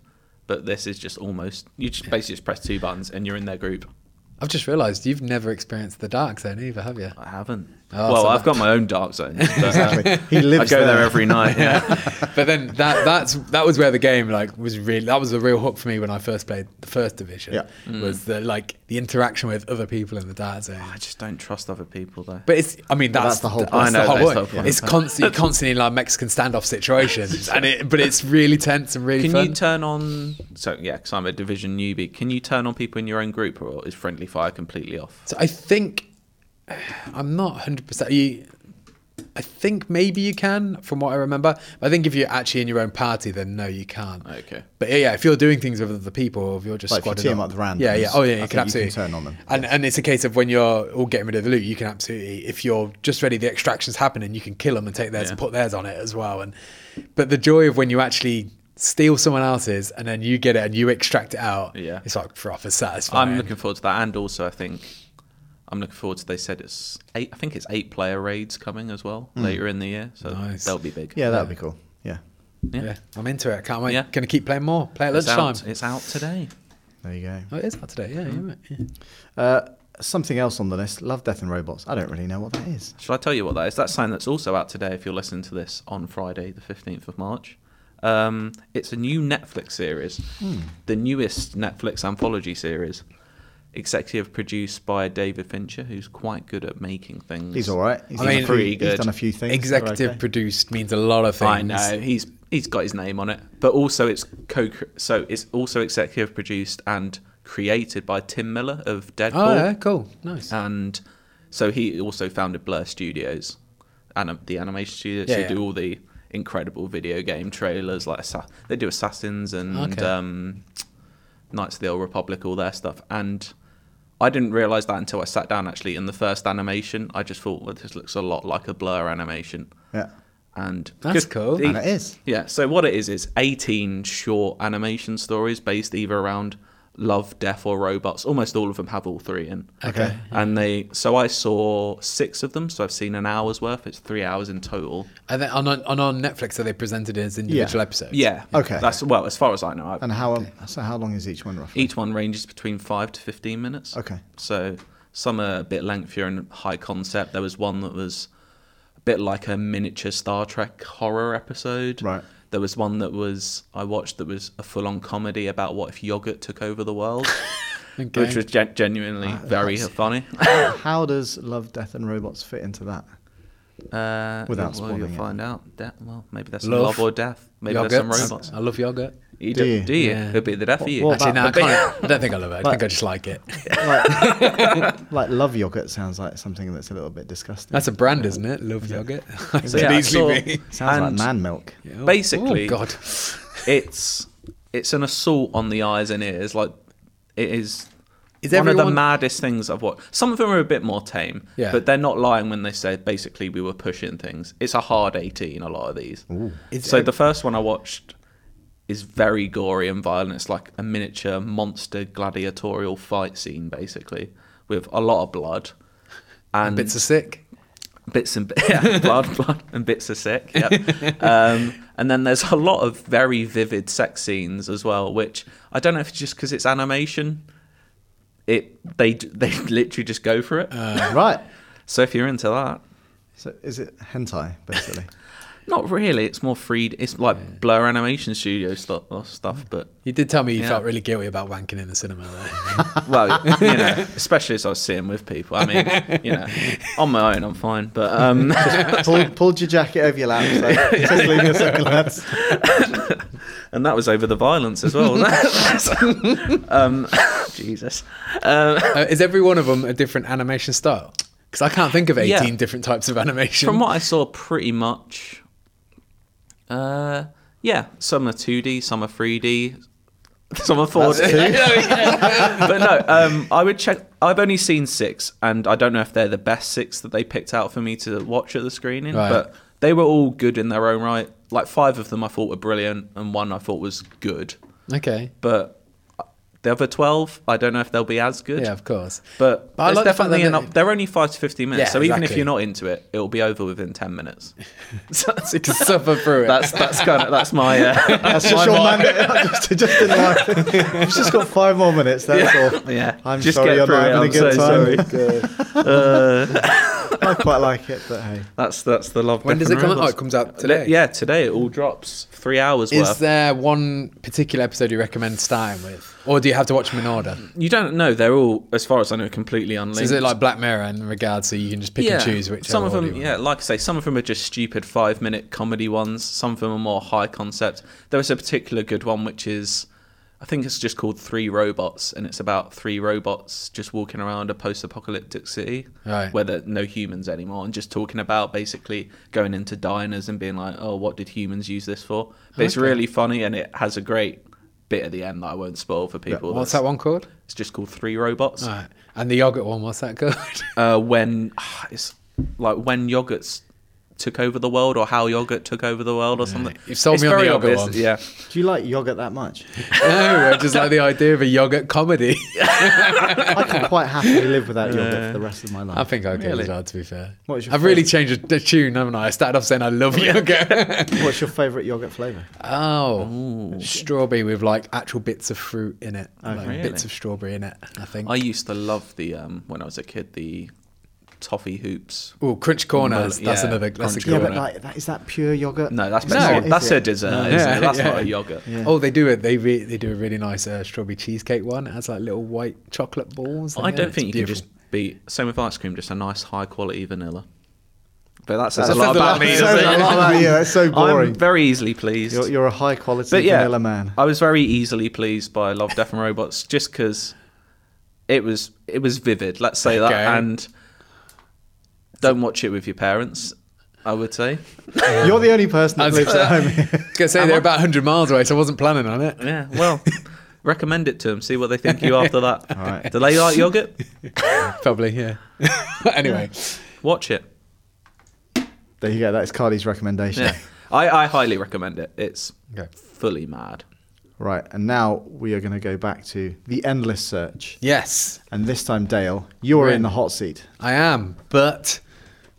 [SPEAKER 3] But this is just almost, you just basically just press two buttons and you're in their group.
[SPEAKER 2] I've just realised you've never experienced the dark zone either, have you?
[SPEAKER 3] I haven't.
[SPEAKER 2] Oh,
[SPEAKER 3] well,
[SPEAKER 2] so
[SPEAKER 3] I've
[SPEAKER 2] that-
[SPEAKER 3] got my own dark zone. but, uh,
[SPEAKER 1] He lives
[SPEAKER 3] I go there.
[SPEAKER 1] there.
[SPEAKER 3] every night. Yeah.
[SPEAKER 2] but then that that's that was where the game like was really that was the real hook for me when I first played the first division.
[SPEAKER 1] Yeah.
[SPEAKER 2] Was the like the interaction with other people in the dark zone.
[SPEAKER 3] I just don't trust other people though.
[SPEAKER 2] But it's, I mean, that's,
[SPEAKER 1] that's the whole
[SPEAKER 2] th-
[SPEAKER 1] point.
[SPEAKER 2] that's
[SPEAKER 3] I know,
[SPEAKER 2] the whole
[SPEAKER 3] that's
[SPEAKER 2] point.
[SPEAKER 3] the whole
[SPEAKER 2] It's
[SPEAKER 3] point.
[SPEAKER 2] constantly, constantly in like Mexican standoff situations, and it, but it's really tense and really
[SPEAKER 3] Can
[SPEAKER 2] fun.
[SPEAKER 3] you turn on? So yeah, because I'm a division newbie. Can you turn on people in your own group, or is friendly fire completely off?
[SPEAKER 2] So I think I'm not 100%. You, I think maybe you can, from what I remember. But I think if you're actually in your own party, then no, you can't.
[SPEAKER 3] Okay.
[SPEAKER 2] But yeah, yeah, if you're doing things with other people, or if you're just
[SPEAKER 1] Like, if you
[SPEAKER 2] squatting
[SPEAKER 1] team up with randoms,
[SPEAKER 2] yeah, yeah, oh
[SPEAKER 1] I
[SPEAKER 2] yeah, you
[SPEAKER 1] think
[SPEAKER 2] can
[SPEAKER 1] you
[SPEAKER 2] absolutely
[SPEAKER 1] can turn on them.
[SPEAKER 2] And and it's a case of when you're all getting rid of the loot, you can absolutely, if you're just ready, the extraction's happening, you can kill them and take theirs
[SPEAKER 3] Yeah.
[SPEAKER 2] and put theirs on it as well. And but the joy of when you actually steal someone else's and then you get it and you extract it out,
[SPEAKER 3] Yeah.
[SPEAKER 2] it's like for off satisfying.
[SPEAKER 3] I'm looking forward to that, and also I think I'm looking forward to. They said it's eight. I think it's eight player raids coming as well later in the year, so
[SPEAKER 2] Nice.
[SPEAKER 3] they'll be big.
[SPEAKER 1] Hmm. Yeah, that'd be cool. Yeah,
[SPEAKER 3] Yeah.
[SPEAKER 2] Yeah, I'm into it. I can't wait.
[SPEAKER 3] Yeah.
[SPEAKER 2] Gonna keep playing more. Play at
[SPEAKER 3] it's
[SPEAKER 2] lunchtime.
[SPEAKER 3] out. It's out today.
[SPEAKER 1] there you go.
[SPEAKER 2] Oh, it is out today. Yeah, you're right. yeah.
[SPEAKER 1] Uh, something else on the list: Love, Death, and Robots. I don't really know what that is.
[SPEAKER 3] Shall I tell you what that is? That's something that's also out today if you're listening to this on Friday, the 15th of March. Um, it's a new Netflix series,
[SPEAKER 1] Hmm.
[SPEAKER 3] the newest Netflix anthology series, executive produced by David Fincher, who's quite good at making things.
[SPEAKER 1] He's all right. He's
[SPEAKER 2] I
[SPEAKER 1] done a
[SPEAKER 2] mean,
[SPEAKER 1] few-
[SPEAKER 3] pretty
[SPEAKER 1] He's
[SPEAKER 3] good.
[SPEAKER 1] done a few things.
[SPEAKER 2] Executive
[SPEAKER 1] They're okay.
[SPEAKER 2] produced means a lot of things.
[SPEAKER 3] I know he's he's got his name on it, but also it's co so it's also executive produced and created by Tim Miller of Deadpool.
[SPEAKER 2] Oh, yeah, cool. Nice.
[SPEAKER 3] and so he also founded Blur Studios, anim- the animation studio.
[SPEAKER 2] Yeah,
[SPEAKER 3] so
[SPEAKER 2] yeah.
[SPEAKER 3] do all the incredible video game trailers, like Assa- they do Assassins and
[SPEAKER 2] Okay.
[SPEAKER 3] um, Knights of the Old Republic, all their stuff. And I didn't realize that until I sat down actually in the first animation. I just thought, well, this looks a lot like a Blur animation.
[SPEAKER 1] Yeah,
[SPEAKER 3] And
[SPEAKER 2] That's
[SPEAKER 3] 'cause
[SPEAKER 2] cool.
[SPEAKER 3] the-
[SPEAKER 1] and it is.
[SPEAKER 3] yeah, so what it is is 18 short animation stories based either around love, death, or robots. Almost all of them have all three in.
[SPEAKER 2] Okay.
[SPEAKER 3] And they, so I saw six of them, so I've seen an hour's worth. It's three hours in total.
[SPEAKER 2] And then on, on on Netflix, are they presented as individual episodes?
[SPEAKER 3] Yeah.
[SPEAKER 1] Okay.
[SPEAKER 3] That's, well, as far as I know, I,
[SPEAKER 1] And how um, so? How long is each one roughly?
[SPEAKER 3] each one ranges between five to 15 minutes.
[SPEAKER 1] Okay.
[SPEAKER 3] So some are a bit lengthier and high concept. There was one that was a bit like a miniature Star Trek horror episode.
[SPEAKER 1] Right.
[SPEAKER 3] There was one that was I watched that was a full-on comedy about what if yogurt took over the world,
[SPEAKER 2] Okay.
[SPEAKER 3] which was gen- genuinely
[SPEAKER 1] Ah,
[SPEAKER 3] very funny.
[SPEAKER 1] how does Love, Death, and Robots fit into that?
[SPEAKER 3] Uh,
[SPEAKER 1] Without
[SPEAKER 3] well, you'll
[SPEAKER 1] spoiling it.
[SPEAKER 3] find out. De- well, maybe there's some
[SPEAKER 2] Love.
[SPEAKER 3] love, or death. Maybe
[SPEAKER 2] yogurt.
[SPEAKER 3] there's some robots.
[SPEAKER 2] I love yogurt.
[SPEAKER 3] You
[SPEAKER 1] Do
[SPEAKER 3] do,
[SPEAKER 1] you?
[SPEAKER 3] do you?
[SPEAKER 2] Yeah.
[SPEAKER 3] It'd be the death for you.
[SPEAKER 1] what
[SPEAKER 2] Actually, no, I,
[SPEAKER 1] But-
[SPEAKER 2] can't, I don't think I love it. I think I just like it.
[SPEAKER 1] Like, like love yogurt sounds like something that's a little bit disgusting.
[SPEAKER 2] That's a brand, isn't it? Love yogurt. it
[SPEAKER 3] So, yeah, I
[SPEAKER 2] easily
[SPEAKER 3] saw-
[SPEAKER 2] be.
[SPEAKER 1] sounds like
[SPEAKER 3] and-
[SPEAKER 1] man milk.
[SPEAKER 2] Oh,
[SPEAKER 3] Basically-
[SPEAKER 2] oh, God.
[SPEAKER 3] it's it's an assault on the eyes and ears. Like it is
[SPEAKER 2] Is
[SPEAKER 3] one of the
[SPEAKER 2] everyone-
[SPEAKER 3] maddest things I've watched. Some of them are a bit more tame,
[SPEAKER 2] Yeah.
[SPEAKER 3] but they're not lying when they say basically we were pushing things. It's a hard 18, a lot of these.
[SPEAKER 2] It's
[SPEAKER 3] so
[SPEAKER 2] a-
[SPEAKER 3] the first one I watched is very gory and violent. It's like a miniature monster gladiatorial fight scene, basically, with a lot of blood. And
[SPEAKER 2] Bits are sick.
[SPEAKER 3] bits and yeah, blood, blood, and bits are sick. Yep. um, and then there's a lot of very vivid sex scenes as well, which I don't know if it's just because it's animation. It they they literally just go for it.
[SPEAKER 1] right.
[SPEAKER 3] so if you're into that,
[SPEAKER 1] So is it hentai basically?
[SPEAKER 3] not really. It's more freed. It's like Blur Animation Studio stuff, stuff but
[SPEAKER 2] You did tell me you
[SPEAKER 3] Yeah.
[SPEAKER 2] felt really guilty about wanking in the cinema. Though.
[SPEAKER 3] well, you know, especially as I was sitting with people. I mean, you know, on my own, I'm fine. But um,
[SPEAKER 1] Pull, pulled your jacket over your lap. So just leaving a second left.
[SPEAKER 3] and that was over the violence as well. um, Jesus. Um,
[SPEAKER 2] Uh, is every one of them a different animation style? Because I can't think of 18
[SPEAKER 3] Yeah.
[SPEAKER 2] different types of animation.
[SPEAKER 3] From what I saw, pretty much. Uh, yeah, some are 2D, some are 3D, some are 4D. but no, um, I would check. I've only seen six, and I don't know if they're the best six that they picked out for me to watch at the screening.
[SPEAKER 2] Right.
[SPEAKER 3] But they were all good in their own right. Like five of them, I thought were brilliant, and one I thought was good.
[SPEAKER 2] okay.
[SPEAKER 3] But uh, the other twelve, I don't know if they'll be as good.
[SPEAKER 2] Yeah, of course.
[SPEAKER 3] But,
[SPEAKER 2] But I
[SPEAKER 3] it's
[SPEAKER 2] like the fact
[SPEAKER 3] definitely
[SPEAKER 2] that
[SPEAKER 3] an
[SPEAKER 2] they-
[SPEAKER 3] up. They're only five to fifteen minutes,
[SPEAKER 2] Yeah,
[SPEAKER 3] so even if
[SPEAKER 2] exactly.
[SPEAKER 3] you're not into it, it'll be over within ten minutes. So
[SPEAKER 2] You can suffer through it.
[SPEAKER 3] that's that's kind of that's my. Uh,
[SPEAKER 1] That's just your mandate. just, just in line. You've just got five more minutes. That's all.
[SPEAKER 3] yeah,
[SPEAKER 1] I'm
[SPEAKER 3] just
[SPEAKER 1] sorry,
[SPEAKER 3] get
[SPEAKER 1] you're
[SPEAKER 3] through
[SPEAKER 1] not
[SPEAKER 3] it.
[SPEAKER 1] having a
[SPEAKER 3] I'm
[SPEAKER 1] good
[SPEAKER 3] so
[SPEAKER 1] time.
[SPEAKER 3] sorry. Uh,
[SPEAKER 1] I quite like it, but hey.
[SPEAKER 3] That's that's the love.
[SPEAKER 2] when
[SPEAKER 3] Death
[SPEAKER 2] does it
[SPEAKER 3] and
[SPEAKER 2] come out? Oh,
[SPEAKER 3] Robots.
[SPEAKER 2] it comes out
[SPEAKER 3] Le-
[SPEAKER 2] today.
[SPEAKER 3] Yeah, today it all drops three hours
[SPEAKER 2] Is
[SPEAKER 3] worth.
[SPEAKER 2] there one particular episode you recommend starting with, or do you have to watch them in order?
[SPEAKER 3] you don't know. They're all, as far as I know, completely unlinked.
[SPEAKER 2] So is it like Black Mirror in regards, so you can just pick and choose which?
[SPEAKER 3] some of them yeah like i say some of them are just stupid five minute comedy ones some of them are more high concept there is a particular good one which is i think it's just called three robots and it's about three robots just walking around a post-apocalyptic city
[SPEAKER 2] Right.
[SPEAKER 3] where there are no humans anymore and just talking about basically going into diners and being like oh what did humans use this for but it's
[SPEAKER 2] Okay.
[SPEAKER 3] really funny and it has a great bit at the end that i won't spoil for people
[SPEAKER 2] What's
[SPEAKER 3] that's-
[SPEAKER 2] that one called?
[SPEAKER 3] it's just called three robots
[SPEAKER 2] Right. And the yogurt one, what's that called?
[SPEAKER 3] uh, when it's like when yogurts took over the world or how yogurt took over the world or something.
[SPEAKER 2] You've sold
[SPEAKER 3] It's
[SPEAKER 2] me on the
[SPEAKER 3] very
[SPEAKER 2] yogurt
[SPEAKER 3] obvious,
[SPEAKER 2] one.
[SPEAKER 3] Yeah.
[SPEAKER 1] Do you like yogurt that much?
[SPEAKER 2] no, I just like the idea of a yogurt comedy.
[SPEAKER 1] I could quite happily live without yogurt for the rest of my life.
[SPEAKER 2] I think I could
[SPEAKER 3] Really?
[SPEAKER 2] as well. To be fair,
[SPEAKER 1] What is your
[SPEAKER 2] I've really
[SPEAKER 1] favourite-
[SPEAKER 2] changed the tune, haven't I? I started off saying I love yogurt.
[SPEAKER 1] What's your favourite yogurt flavour?
[SPEAKER 2] oh, strawberry with like actual bits of fruit in it, like
[SPEAKER 3] Oh, Really?
[SPEAKER 2] bits of strawberry in it. I think.
[SPEAKER 3] I used to love the um, when I was a kid the toffee hoops.
[SPEAKER 2] Oh, crunch corners.
[SPEAKER 3] Mel-
[SPEAKER 2] that's
[SPEAKER 3] yeah,
[SPEAKER 2] another. That's a
[SPEAKER 3] crunch
[SPEAKER 2] good
[SPEAKER 1] Yeah,
[SPEAKER 2] one.
[SPEAKER 1] but like, that, is that pure yogurt?
[SPEAKER 3] No, that's
[SPEAKER 2] No,
[SPEAKER 3] basically
[SPEAKER 2] is
[SPEAKER 3] that's
[SPEAKER 1] it?
[SPEAKER 3] a dessert,
[SPEAKER 1] No.
[SPEAKER 3] isn't
[SPEAKER 2] Yeah,
[SPEAKER 3] it? That's
[SPEAKER 2] yeah.
[SPEAKER 3] not a yogurt.
[SPEAKER 1] Yeah.
[SPEAKER 2] Oh, they do it. They re- they do a really nice uh, strawberry cheesecake one. It has like little white chocolate balls.
[SPEAKER 3] I
[SPEAKER 2] in it.
[SPEAKER 3] don't
[SPEAKER 2] It's
[SPEAKER 3] think you
[SPEAKER 2] beautiful.
[SPEAKER 3] can just be same with ice cream, just a nice high quality vanilla. But that says
[SPEAKER 1] That
[SPEAKER 3] a lot
[SPEAKER 2] says a
[SPEAKER 3] about
[SPEAKER 2] lot-
[SPEAKER 3] me.
[SPEAKER 2] says
[SPEAKER 3] doesn't
[SPEAKER 2] a
[SPEAKER 3] it?
[SPEAKER 2] lot
[SPEAKER 1] about you. That's so boring.
[SPEAKER 3] I'm very easily pleased.
[SPEAKER 1] You're, you're a high quality
[SPEAKER 3] but yeah,
[SPEAKER 1] vanilla man.
[SPEAKER 3] I was very easily pleased by Love, Death and Robots just because it was it was vivid. Let's say that,
[SPEAKER 2] Okay.
[SPEAKER 3] and don't watch it with your parents. I would say,
[SPEAKER 1] You're the only person
[SPEAKER 2] I
[SPEAKER 1] that
[SPEAKER 2] was
[SPEAKER 1] lives at home.
[SPEAKER 2] I was gonna say they're about 100 miles away, so I wasn't planning on it.
[SPEAKER 3] yeah. Well, recommend it to them. See what they think of you after that.
[SPEAKER 1] right.
[SPEAKER 3] Do they like yogurt?
[SPEAKER 2] Probably, yeah. anyway,
[SPEAKER 3] Watch it.
[SPEAKER 1] There you go. That's Cardi's recommendation.
[SPEAKER 3] Yeah, I, I highly recommend it. It's
[SPEAKER 2] Okay.
[SPEAKER 3] fully mad.
[SPEAKER 1] Right, and now we are going to go back to the endless search.
[SPEAKER 2] yes,
[SPEAKER 1] And this time, Dale, you're
[SPEAKER 2] We're
[SPEAKER 1] in
[SPEAKER 2] in.
[SPEAKER 1] the hot seat.
[SPEAKER 2] I am, but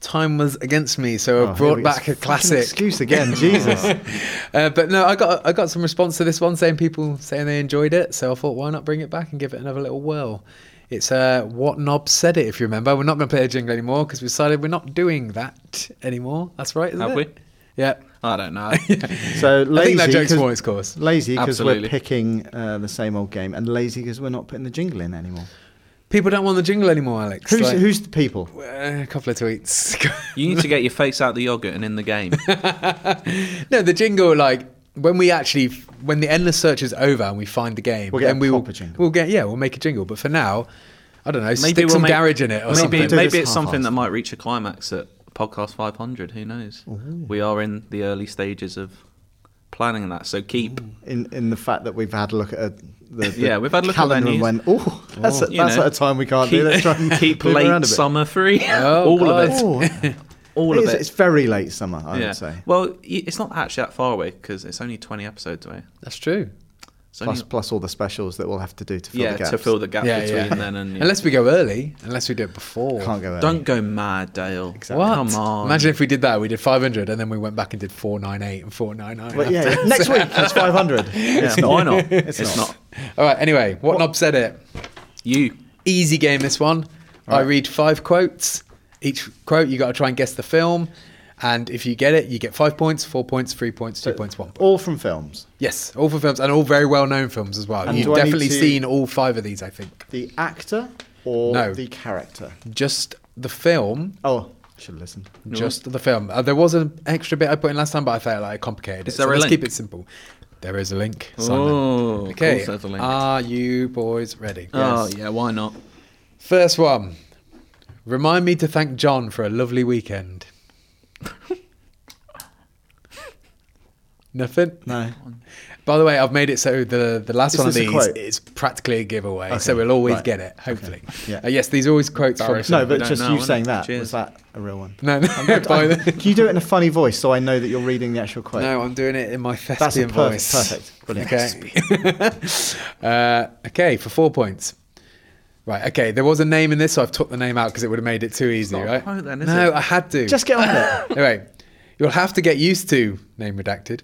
[SPEAKER 2] time was against me, so I
[SPEAKER 1] Oh, here
[SPEAKER 2] brought
[SPEAKER 1] we go.
[SPEAKER 2] back a
[SPEAKER 1] Fucking
[SPEAKER 2] classic.
[SPEAKER 1] excuse again, Jesus.
[SPEAKER 2] Uh, but no, I got I got some response to this one saying people saying they enjoyed it, so I thought why not bring it back and give it another little whirl. It's uh, what knob said it if you remember. We're not going to play a jingle anymore because we decided we're not doing that anymore. That's right, isn't
[SPEAKER 3] Have
[SPEAKER 2] it?
[SPEAKER 3] we?
[SPEAKER 2] Yeah.
[SPEAKER 3] I don't know.
[SPEAKER 1] So Uh, lazy.
[SPEAKER 2] I think that joke's
[SPEAKER 1] 'cause-
[SPEAKER 2] more its course.
[SPEAKER 1] Lazy because we're
[SPEAKER 3] Absolutely.
[SPEAKER 1] picking uh, the same old game, and lazy because we're not putting the jingle in anymore.
[SPEAKER 2] People don't want the jingle anymore, Alex.
[SPEAKER 1] Who's,
[SPEAKER 2] Like,
[SPEAKER 1] who's the people?
[SPEAKER 2] uh, a couple of tweets.
[SPEAKER 3] You need to get your face out the yogurt and in the game.
[SPEAKER 2] no, the jingle like when we actually when the endless search is over and we find the game,
[SPEAKER 1] We'll get
[SPEAKER 2] then
[SPEAKER 1] a
[SPEAKER 2] we will
[SPEAKER 1] proper jingle.
[SPEAKER 2] we'll get yeah we'll make a jingle. But for now, I don't know, stick
[SPEAKER 3] we'll
[SPEAKER 2] some
[SPEAKER 3] make-
[SPEAKER 2] garage in it or
[SPEAKER 3] maybe,
[SPEAKER 2] something.
[SPEAKER 1] Do
[SPEAKER 3] Maybe
[SPEAKER 1] this
[SPEAKER 3] it's something
[SPEAKER 1] half-assed.
[SPEAKER 3] that might reach a climax at podcast 500. Who knows? We are in the early stages of planning that. So keep
[SPEAKER 1] in in the fact that we've had a look at a, the, the
[SPEAKER 3] Yeah, we've had a look at
[SPEAKER 1] calendar
[SPEAKER 3] venues.
[SPEAKER 1] and went, oh, that's, a,
[SPEAKER 3] You
[SPEAKER 1] that's
[SPEAKER 3] know,
[SPEAKER 1] at a time we can't do. Let's try and
[SPEAKER 3] keep, keep
[SPEAKER 1] move around a
[SPEAKER 3] late
[SPEAKER 1] bit.
[SPEAKER 3] summer free.
[SPEAKER 2] Oh,
[SPEAKER 3] all of
[SPEAKER 1] Oh,
[SPEAKER 3] it. All
[SPEAKER 1] it
[SPEAKER 3] of
[SPEAKER 1] is,
[SPEAKER 3] it.
[SPEAKER 1] It's very late summer, I
[SPEAKER 3] yeah.
[SPEAKER 1] would say.
[SPEAKER 3] Well, y- it's not actually that far away because it's only 20 episodes away.
[SPEAKER 2] That's true.
[SPEAKER 3] It's
[SPEAKER 1] Plus,
[SPEAKER 3] only,
[SPEAKER 1] plus all the specials that we'll have to do to fill
[SPEAKER 3] yeah,
[SPEAKER 1] the gaps.
[SPEAKER 3] to fill the gap
[SPEAKER 2] yeah,
[SPEAKER 3] between
[SPEAKER 2] yeah.
[SPEAKER 3] then and.
[SPEAKER 2] unless we go early, unless we do it before.
[SPEAKER 1] Can't go there.
[SPEAKER 3] Don't go mad, Dale.
[SPEAKER 1] Exactly.
[SPEAKER 2] What?
[SPEAKER 3] Come on.
[SPEAKER 2] Imagine if we did that. We did 500 and then we went back and did 498 and 499.
[SPEAKER 1] But yeah, next week it's 500. It's
[SPEAKER 3] Why not?
[SPEAKER 1] It's
[SPEAKER 3] It's,
[SPEAKER 1] not.
[SPEAKER 3] not.
[SPEAKER 2] All right, anyway, what, knob said it?
[SPEAKER 3] You.
[SPEAKER 2] Easy game, this one. I read five quotes. Each quote, you got to try and guess the film. And if you get it, you get five points, four points, three points, two points, one point.
[SPEAKER 1] All from films.
[SPEAKER 2] Yes, all for films and all very well known films as well.
[SPEAKER 1] And do
[SPEAKER 2] You've
[SPEAKER 1] I need
[SPEAKER 2] definitely
[SPEAKER 1] to-
[SPEAKER 2] seen all five of these, I think.
[SPEAKER 1] The actor or
[SPEAKER 2] No.
[SPEAKER 1] the character?
[SPEAKER 2] Just the film.
[SPEAKER 1] Oh, should listen.
[SPEAKER 2] Just the film. Uh, there was an extra bit I put in last time, but I felt like I complicated it.
[SPEAKER 3] Is there
[SPEAKER 2] so
[SPEAKER 3] a
[SPEAKER 2] let's keep
[SPEAKER 3] link?
[SPEAKER 2] it simple. There is a link. Simon.
[SPEAKER 3] Oh, of
[SPEAKER 2] okay. Uh,
[SPEAKER 3] course there's a link.
[SPEAKER 2] Are you boys ready?
[SPEAKER 3] Oh, yeah, why not?
[SPEAKER 2] First one. Remind me to thank John for a lovely weekend. Nothing.
[SPEAKER 1] No.
[SPEAKER 2] By the way, I've made it so the, the last
[SPEAKER 1] Is
[SPEAKER 2] one of
[SPEAKER 1] this a
[SPEAKER 2] these
[SPEAKER 1] quote?
[SPEAKER 2] is practically a giveaway,
[SPEAKER 1] Okay,
[SPEAKER 2] so we'll always
[SPEAKER 1] right.
[SPEAKER 2] get it, hopefully.
[SPEAKER 1] yeah.
[SPEAKER 2] Uh, yes, these are always quotes from.
[SPEAKER 1] No,
[SPEAKER 3] Sorry. We
[SPEAKER 1] but
[SPEAKER 3] don't
[SPEAKER 1] just
[SPEAKER 3] know,
[SPEAKER 1] you
[SPEAKER 3] innit?
[SPEAKER 1] saying that.
[SPEAKER 3] Cheers.
[SPEAKER 1] Was that a real one?
[SPEAKER 2] No, no,
[SPEAKER 1] Can
[SPEAKER 2] by the-
[SPEAKER 1] you do it in a funny voice so I know that you're reading the actual quote?
[SPEAKER 2] no, I'm doing it in my Festian
[SPEAKER 1] That's a perfect,
[SPEAKER 2] voice.
[SPEAKER 1] perfect. Brilliant.
[SPEAKER 2] Okay. uh, okay, for four points. Right. Okay, there was a name in this, so I've took the name out because it would have made it too easy,
[SPEAKER 3] not a
[SPEAKER 2] right?
[SPEAKER 3] quote then, is
[SPEAKER 2] no,
[SPEAKER 3] it?
[SPEAKER 2] I had to.
[SPEAKER 1] Just get on with it.
[SPEAKER 2] anyway, you'll have to get used to name redacted.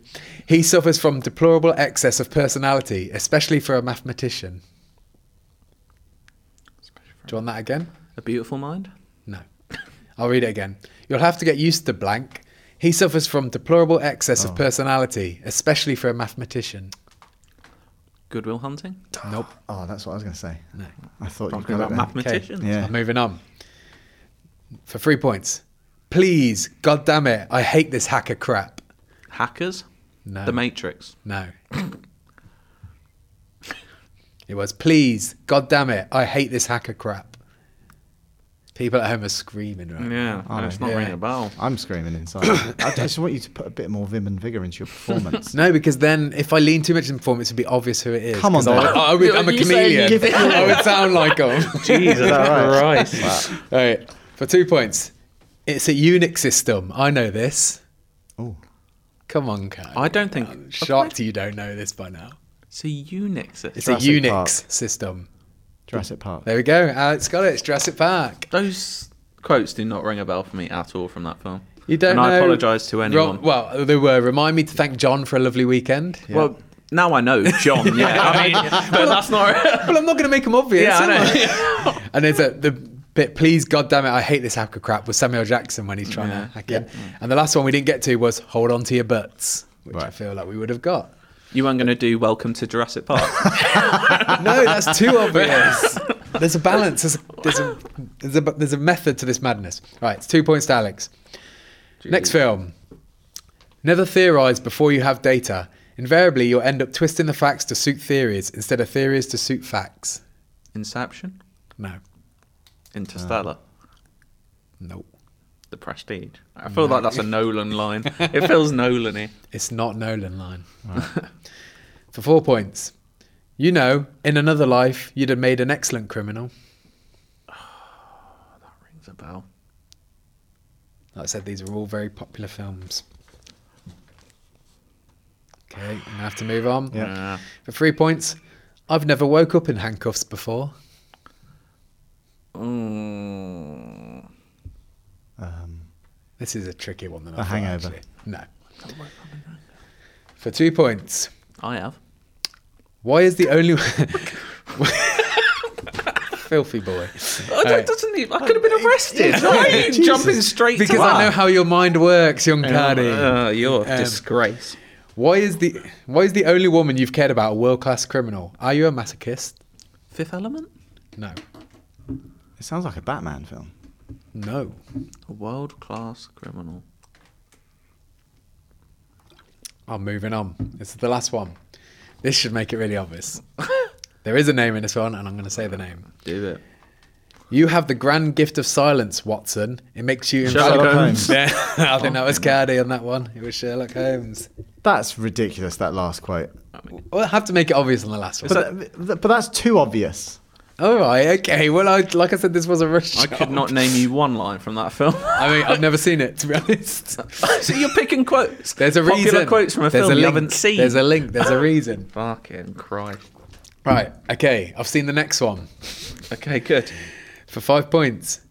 [SPEAKER 2] He suffers from deplorable excess of personality, especially for a mathematician. Do you want that again?
[SPEAKER 3] A beautiful mind?
[SPEAKER 2] No. I'll read it again. You'll have to get used to blank. He suffers from deplorable excess of personality, especially for a mathematician.
[SPEAKER 3] Goodwill hunting?
[SPEAKER 2] Nope.
[SPEAKER 1] Oh, that's what I was going to say.
[SPEAKER 2] No.
[SPEAKER 1] I thought you
[SPEAKER 3] Talking
[SPEAKER 1] got
[SPEAKER 3] about
[SPEAKER 1] it there.
[SPEAKER 3] mathematicians?
[SPEAKER 1] Yeah.
[SPEAKER 2] I'm moving on. For three points. Please, god damn it, I hate this hacker crap.
[SPEAKER 3] Hackers?
[SPEAKER 2] No.
[SPEAKER 3] The Matrix?
[SPEAKER 2] No. it was, please, god damn it, I hate this hacker crap. People at home are screaming right now.
[SPEAKER 3] Yeah,
[SPEAKER 1] Oh,
[SPEAKER 3] no, it's not
[SPEAKER 2] yeah.
[SPEAKER 3] ringing a bell.
[SPEAKER 1] I'm screaming inside. I just want you to put a bit more vim and vigour into your performance.
[SPEAKER 2] No, because then if I lean too much into performance, it'd be obvious who it is.
[SPEAKER 1] Come on,
[SPEAKER 2] 'Cause I,
[SPEAKER 1] Dave.
[SPEAKER 2] I, would, I'm a
[SPEAKER 3] You saying
[SPEAKER 2] chameleon.
[SPEAKER 1] give it
[SPEAKER 2] I would sound like him.
[SPEAKER 3] Jesus
[SPEAKER 1] Christ.
[SPEAKER 3] Christ.
[SPEAKER 2] All right, for two points. It's a Unix system. I know this.
[SPEAKER 1] oh,
[SPEAKER 2] Come on, Kat.
[SPEAKER 3] I don't think-
[SPEAKER 1] Um,
[SPEAKER 2] I'm shocked you don't know this by now.
[SPEAKER 3] It's a
[SPEAKER 2] It's
[SPEAKER 3] Unix system.
[SPEAKER 2] a
[SPEAKER 1] Jurassic
[SPEAKER 2] Unix
[SPEAKER 1] Park.
[SPEAKER 2] system.
[SPEAKER 1] Jurassic Park.
[SPEAKER 2] There we go. Alex got it. It's Jurassic Park.
[SPEAKER 3] Those quotes do not ring a bell for me at all from that film.
[SPEAKER 2] You don't
[SPEAKER 3] and
[SPEAKER 2] know.
[SPEAKER 3] I apologise to anyone.
[SPEAKER 2] Ro- well, they were. Remind me to thank John for a lovely weekend.
[SPEAKER 3] Well, now I know John. Yeah, I mean, but that's not.
[SPEAKER 2] Well, I'm not going to make them obvious.
[SPEAKER 3] Yeah, I
[SPEAKER 2] am
[SPEAKER 3] know.
[SPEAKER 2] and there's a the bit. Please, God damn it, I hate this hacker crap. Was Samuel Jackson when he's trying
[SPEAKER 3] Yeah.
[SPEAKER 2] to hack in. And the last one we didn't get to was hold on to your butts, which I
[SPEAKER 1] Right.
[SPEAKER 2] feel like we would have got.
[SPEAKER 3] You weren't going to do Welcome to Jurassic Park.
[SPEAKER 2] No, that's too obvious. There's a balance. There's a, there's a there's a there's a method to this madness. Right, it's two points to Alex. Next film. Never theorize before you have data. Invariably, you'll end up twisting the facts to suit theories instead of theories to suit facts.
[SPEAKER 3] Inception,
[SPEAKER 2] No,
[SPEAKER 3] Interstellar,
[SPEAKER 1] Ah.
[SPEAKER 2] no,
[SPEAKER 3] The Prestige. I feel like that's a Nolan line. It feels Nolan-y.
[SPEAKER 2] it's not Nolan line. For four points, you know, in another life, you'd have made an excellent criminal.
[SPEAKER 3] Rings a bell.
[SPEAKER 2] Like I said, these are all very popular films. Okay, we have to move on.
[SPEAKER 1] Yeah.
[SPEAKER 3] Yeah.
[SPEAKER 2] For three points, I've never woke up in handcuffs before.
[SPEAKER 3] Mm.
[SPEAKER 1] Um,
[SPEAKER 2] This is a tricky one. Than
[SPEAKER 1] A
[SPEAKER 2] I thought,
[SPEAKER 1] hangover.
[SPEAKER 2] actually. No. For two points,
[SPEAKER 3] I have.
[SPEAKER 2] why is the only filthy boy?
[SPEAKER 3] I,
[SPEAKER 2] Alright.
[SPEAKER 3] doesn't even, I could have been arrested. Why are you
[SPEAKER 1] Jesus.
[SPEAKER 3] jumping straight
[SPEAKER 2] Because
[SPEAKER 3] to
[SPEAKER 2] I
[SPEAKER 3] that?
[SPEAKER 2] know how your mind works, young Cardi.
[SPEAKER 3] Uh, you're a
[SPEAKER 2] Um,
[SPEAKER 3] disgrace.
[SPEAKER 2] why is the why is the only woman you've cared about a world class criminal? Are you a masochist?
[SPEAKER 3] Fifth Element?
[SPEAKER 2] No.
[SPEAKER 1] it sounds like a Batman film.
[SPEAKER 2] No.
[SPEAKER 3] A world class criminal.
[SPEAKER 2] I'm moving on. This is the last one. This should make it really obvious. there is a name in this one, and I'm going to say the name.
[SPEAKER 3] Do it.
[SPEAKER 2] You have the grand gift of silence, Watson. It makes you
[SPEAKER 3] Sherlock
[SPEAKER 2] invaluable.
[SPEAKER 1] Holmes.
[SPEAKER 2] Yeah, I think that was Cardi on that one. It was Sherlock Holmes.
[SPEAKER 1] That's ridiculous. That last quote.
[SPEAKER 2] Well, I have to make it obvious on the last one.
[SPEAKER 1] But, but that's too obvious.
[SPEAKER 2] All right, okay. Well, I, like I said, this was a rush.
[SPEAKER 3] I could not name you one line from that film.
[SPEAKER 2] I mean, I've never seen it to be honest.
[SPEAKER 3] so you're picking quotes.
[SPEAKER 2] There's a
[SPEAKER 3] Popular
[SPEAKER 2] reason.
[SPEAKER 3] quotes from a
[SPEAKER 2] There's
[SPEAKER 3] film you
[SPEAKER 2] link.
[SPEAKER 3] haven't seen.
[SPEAKER 2] There's a link. There's a reason.
[SPEAKER 3] Fucking Christ.
[SPEAKER 2] Right. Okay. I've seen the next one
[SPEAKER 3] Okay, good.
[SPEAKER 2] for five points.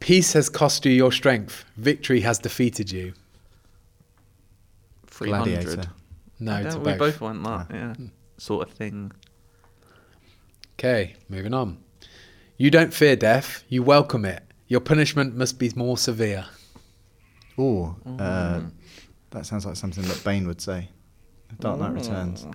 [SPEAKER 2] Peace has cost you your strength. Victory has defeated you.
[SPEAKER 3] Three
[SPEAKER 1] Gladiator.
[SPEAKER 3] hundred.
[SPEAKER 2] No, to
[SPEAKER 3] we
[SPEAKER 2] both. Ah.
[SPEAKER 3] both want that, yeah. Sort of thing.
[SPEAKER 2] Okay. Moving on. You don't fear death. You welcome it. Your punishment must be more severe.
[SPEAKER 1] Ooh, uh, that sounds like something that Bane would say. Dark Knight Returns.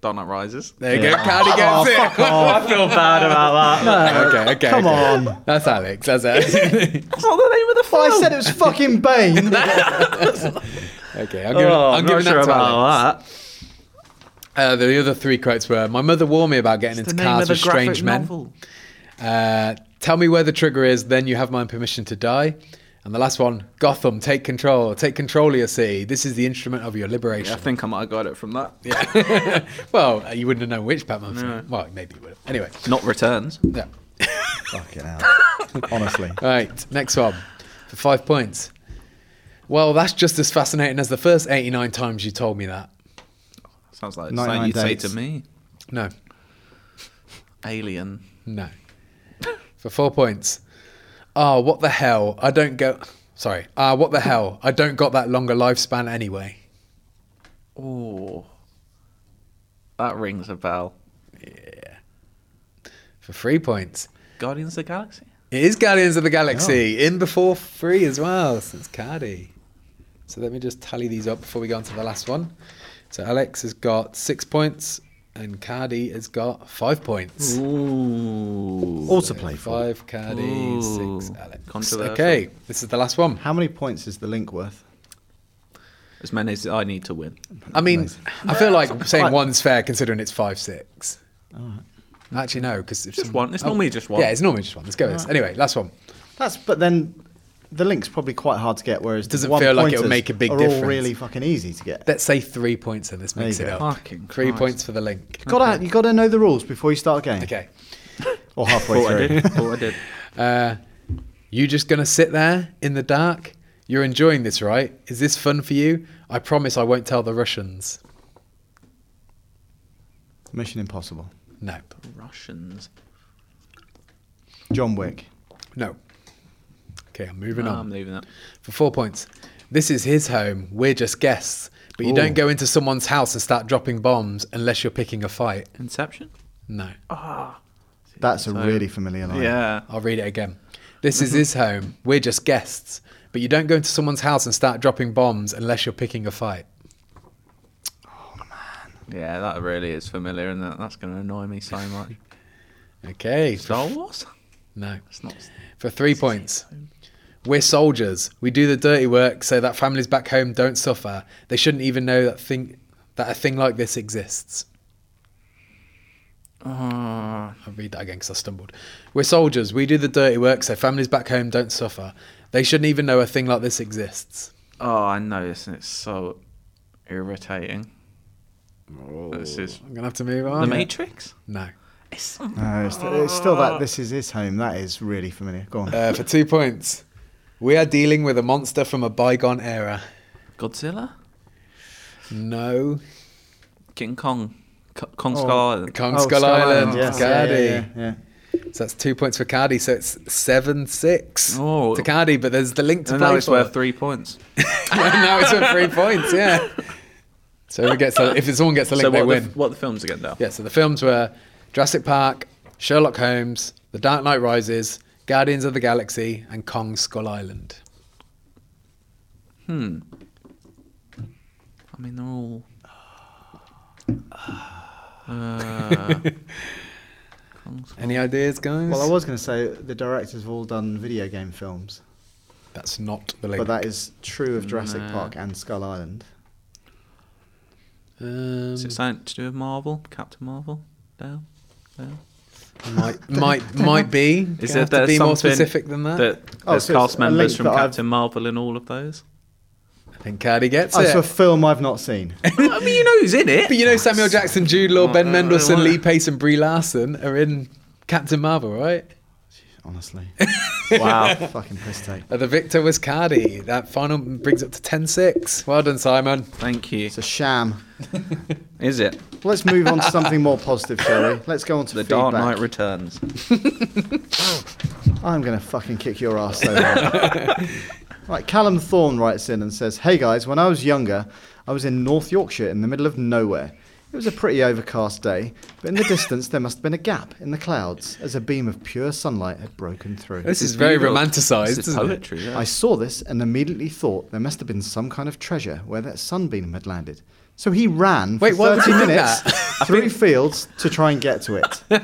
[SPEAKER 3] Dark Knight Rises.
[SPEAKER 2] There you go. Cardi gets
[SPEAKER 3] Oh,
[SPEAKER 2] it.
[SPEAKER 3] I feel bad about that.
[SPEAKER 2] okay. Okay.
[SPEAKER 1] Come
[SPEAKER 2] okay.
[SPEAKER 1] on.
[SPEAKER 2] That's Alex. That's Alex.
[SPEAKER 3] That's not the name of the film.
[SPEAKER 1] I said it was fucking Bane.
[SPEAKER 2] Okay, I'm
[SPEAKER 3] Oh,
[SPEAKER 2] giving, I'm
[SPEAKER 3] I'm
[SPEAKER 2] giving
[SPEAKER 3] not
[SPEAKER 2] that
[SPEAKER 3] sure
[SPEAKER 2] to Alex.
[SPEAKER 3] about that.
[SPEAKER 2] Uh, the other three quotes were: "My mother warned me about getting
[SPEAKER 3] It's
[SPEAKER 2] into cars with strange men."
[SPEAKER 3] novel.
[SPEAKER 2] Uh, Tell me where the trigger is, then you have my permission to die. And the last one: "Gotham, take control, take control of your city. This is the instrument of your
[SPEAKER 3] Yeah, I
[SPEAKER 2] liberation."
[SPEAKER 3] think I might have got it from that.
[SPEAKER 2] well, uh, you wouldn't have known which Batman. film. Well, maybe you would. have. Anyway,
[SPEAKER 3] Not returns.
[SPEAKER 2] yeah.
[SPEAKER 1] fucking hell. Honestly.
[SPEAKER 2] All right, next one for five points. Well, that's just as fascinating as the first 89 times you told me that.
[SPEAKER 3] Sounds like
[SPEAKER 1] 99
[SPEAKER 3] something you'd
[SPEAKER 1] dates.
[SPEAKER 3] say to me.
[SPEAKER 2] No,
[SPEAKER 3] Alien.
[SPEAKER 2] No. For four points. Ah, what the hell? I don't go. Sorry. Ah, what the hell? I don't got that longer lifespan anyway.
[SPEAKER 3] Oh. That rings a bell.
[SPEAKER 2] For three points.
[SPEAKER 3] Guardians of the Galaxy?
[SPEAKER 2] It is Guardians of the Galaxy
[SPEAKER 3] Oh.
[SPEAKER 2] in before three as well, since Cardi. So let me just tally these up before we go on to the last one. So Alex has got six points and Cardi has got five points.
[SPEAKER 3] Ooh.
[SPEAKER 1] All to play for.
[SPEAKER 2] Five Cardi,
[SPEAKER 3] Ooh.
[SPEAKER 2] six Alex.
[SPEAKER 3] Controversial.
[SPEAKER 2] Okay, this is the last one.
[SPEAKER 1] How many points is the link worth?
[SPEAKER 3] As many as I need to win.
[SPEAKER 2] I mean,
[SPEAKER 1] Nice.
[SPEAKER 2] I feel like saying
[SPEAKER 1] Right.
[SPEAKER 2] one's fair considering it's five six. Actually, no, because
[SPEAKER 3] Just one. It's normally just one.
[SPEAKER 2] oh, Yeah, it's normally just one. Let's go with this. Anyway, last one.
[SPEAKER 1] That's but then the link's probably quite hard to get, whereas
[SPEAKER 2] Doesn't
[SPEAKER 1] the one
[SPEAKER 2] feel like it'll
[SPEAKER 1] pointers
[SPEAKER 2] make a big
[SPEAKER 1] are
[SPEAKER 2] difference.
[SPEAKER 1] all really fucking easy to get.
[SPEAKER 2] Let's say three points and this makes
[SPEAKER 1] you
[SPEAKER 2] it
[SPEAKER 1] go.
[SPEAKER 2] up.
[SPEAKER 3] Fucking
[SPEAKER 2] Three
[SPEAKER 3] Christ.
[SPEAKER 2] points for the link.
[SPEAKER 1] Gotta you gotta know the rules before you start a game.
[SPEAKER 2] Okay.
[SPEAKER 1] Or halfway
[SPEAKER 3] Thought I
[SPEAKER 1] through.
[SPEAKER 3] did. Thought I did.
[SPEAKER 2] Uh, You just gonna sit there in the dark? You're enjoying this, right? Is this fun for you? I promise I won't tell the Russians.
[SPEAKER 1] Mission Impossible.
[SPEAKER 2] Nope.
[SPEAKER 3] Russians.
[SPEAKER 1] John Wick.
[SPEAKER 2] No. Okay, I'm moving
[SPEAKER 3] No,
[SPEAKER 2] on.
[SPEAKER 3] Ah, I'm leaving that.
[SPEAKER 2] for four points. This is his home. We're just guests. But you
[SPEAKER 1] Ooh.
[SPEAKER 2] don't go into someone's house and start dropping bombs unless you're picking a fight.
[SPEAKER 3] Inception? Ah.
[SPEAKER 2] No.
[SPEAKER 1] That's a
[SPEAKER 3] So-
[SPEAKER 1] really familiar line.
[SPEAKER 3] Yeah.
[SPEAKER 2] I'll read it again. This is his home. We're just guests. But you don't go into someone's house and start dropping bombs unless you're picking a fight.
[SPEAKER 3] Yeah, that really is familiar, and that, that's going to annoy me so much.
[SPEAKER 2] Okay.
[SPEAKER 3] Star Wars?
[SPEAKER 2] No.
[SPEAKER 3] It's not.
[SPEAKER 2] For three points. We're soldiers. We do the dirty work so that families back home don't suffer. They shouldn't even know that thing that a thing like this exists.
[SPEAKER 3] Uh,
[SPEAKER 2] I'll read that again because I stumbled. We're soldiers. We do the dirty work so families back home don't suffer. They shouldn't even know a thing like this exists.
[SPEAKER 3] oh, I know this, and it's so irritating.
[SPEAKER 2] Oh.
[SPEAKER 3] This is
[SPEAKER 2] I'm going to have to move on.
[SPEAKER 3] The Matrix.
[SPEAKER 2] No.
[SPEAKER 3] It's
[SPEAKER 1] No, it's, it's still that this is his home. That is really familiar. Go on.
[SPEAKER 2] Uh, for two points. We are dealing with a monster from a bygone era.
[SPEAKER 3] Godzilla,
[SPEAKER 2] No.
[SPEAKER 3] King Kong, Co- Kong
[SPEAKER 1] Oh.
[SPEAKER 3] Skull Island.
[SPEAKER 2] Kong
[SPEAKER 1] Oh,
[SPEAKER 2] Skull, Island.
[SPEAKER 1] yes, yeah,
[SPEAKER 2] Cardi.
[SPEAKER 1] yeah, yeah,
[SPEAKER 2] So that's two points for Cardi. So it's 7 6
[SPEAKER 3] Oh.
[SPEAKER 2] to Cardi, but there's the link to
[SPEAKER 3] And
[SPEAKER 2] play
[SPEAKER 3] now it's
[SPEAKER 2] for.
[SPEAKER 3] worth three points.
[SPEAKER 2] now it's worth three points, yeah. So whoever gets the, if someone gets the link,
[SPEAKER 3] so
[SPEAKER 2] they
[SPEAKER 3] what?
[SPEAKER 2] win.
[SPEAKER 3] The, what the films again now?
[SPEAKER 2] Yeah, so the films were Jurassic Park, Sherlock Holmes, The Dark Knight Rises, Guardians of the Galaxy, and Kong Skull Island.
[SPEAKER 3] Hmm. I mean, they're all. uh,
[SPEAKER 2] Any ideas, guys?
[SPEAKER 1] yeah. Well, I was going to say the directors have all done video game films,
[SPEAKER 2] That's not the link.
[SPEAKER 1] but that is true of Jurassic
[SPEAKER 3] No.
[SPEAKER 1] Park and Skull Island.
[SPEAKER 2] um,
[SPEAKER 3] Is it something to do with Marvel? Captain Marvel? No. No.
[SPEAKER 2] might might might be.
[SPEAKER 3] Is
[SPEAKER 2] Gonna
[SPEAKER 3] there
[SPEAKER 2] have to be more
[SPEAKER 3] something
[SPEAKER 2] Uh, specific than that?
[SPEAKER 3] that
[SPEAKER 1] Oh,
[SPEAKER 3] there's
[SPEAKER 1] so it's
[SPEAKER 3] cast
[SPEAKER 1] a
[SPEAKER 3] members
[SPEAKER 1] link
[SPEAKER 3] from
[SPEAKER 1] that I've-
[SPEAKER 3] Captain Marvel in all of those?
[SPEAKER 2] think Cardi
[SPEAKER 3] Oh,
[SPEAKER 2] gets
[SPEAKER 1] That's
[SPEAKER 2] it.
[SPEAKER 1] Oh, a film I've not seen.
[SPEAKER 3] I mean, you know who's in it.
[SPEAKER 2] but you know Samuel Jackson, Jude Law,
[SPEAKER 3] Oh,
[SPEAKER 2] Ben
[SPEAKER 3] no,
[SPEAKER 2] Mendelsohn,
[SPEAKER 3] no, no.
[SPEAKER 2] Lee Pace, and Brie Larson are in Captain Marvel, right?
[SPEAKER 1] Honestly. wow. Fucking piss take.
[SPEAKER 2] Uh, The victor was Cardi. That final brings up to 10-6. Well done, Simon.
[SPEAKER 3] Thank you.
[SPEAKER 1] It's a sham.
[SPEAKER 3] Is it
[SPEAKER 1] Let's move on to something more positive, shall we? Let's go on to
[SPEAKER 3] the
[SPEAKER 1] feedback.
[SPEAKER 3] Dark Knight Returns?
[SPEAKER 1] I'm going to fucking kick your ass so hard. right, Callum Thorne writes in and says, Hey guys, when I was younger, I was in North Yorkshire in the middle of nowhere. It was a pretty overcast day, but in the distance there must have been a gap in the clouds as a beam of pure sunlight had broken through.
[SPEAKER 2] This is very
[SPEAKER 3] Beautiful.
[SPEAKER 2] romanticised,
[SPEAKER 3] This is
[SPEAKER 2] isn't it?
[SPEAKER 3] poetry. yeah.
[SPEAKER 1] I saw this and immediately thought there must have been some kind of treasure where that sunbeam had landed. So he ran for
[SPEAKER 2] Wait, why would
[SPEAKER 1] 30
[SPEAKER 2] you do
[SPEAKER 1] minutes
[SPEAKER 2] that?
[SPEAKER 1] through fields to try and get to it.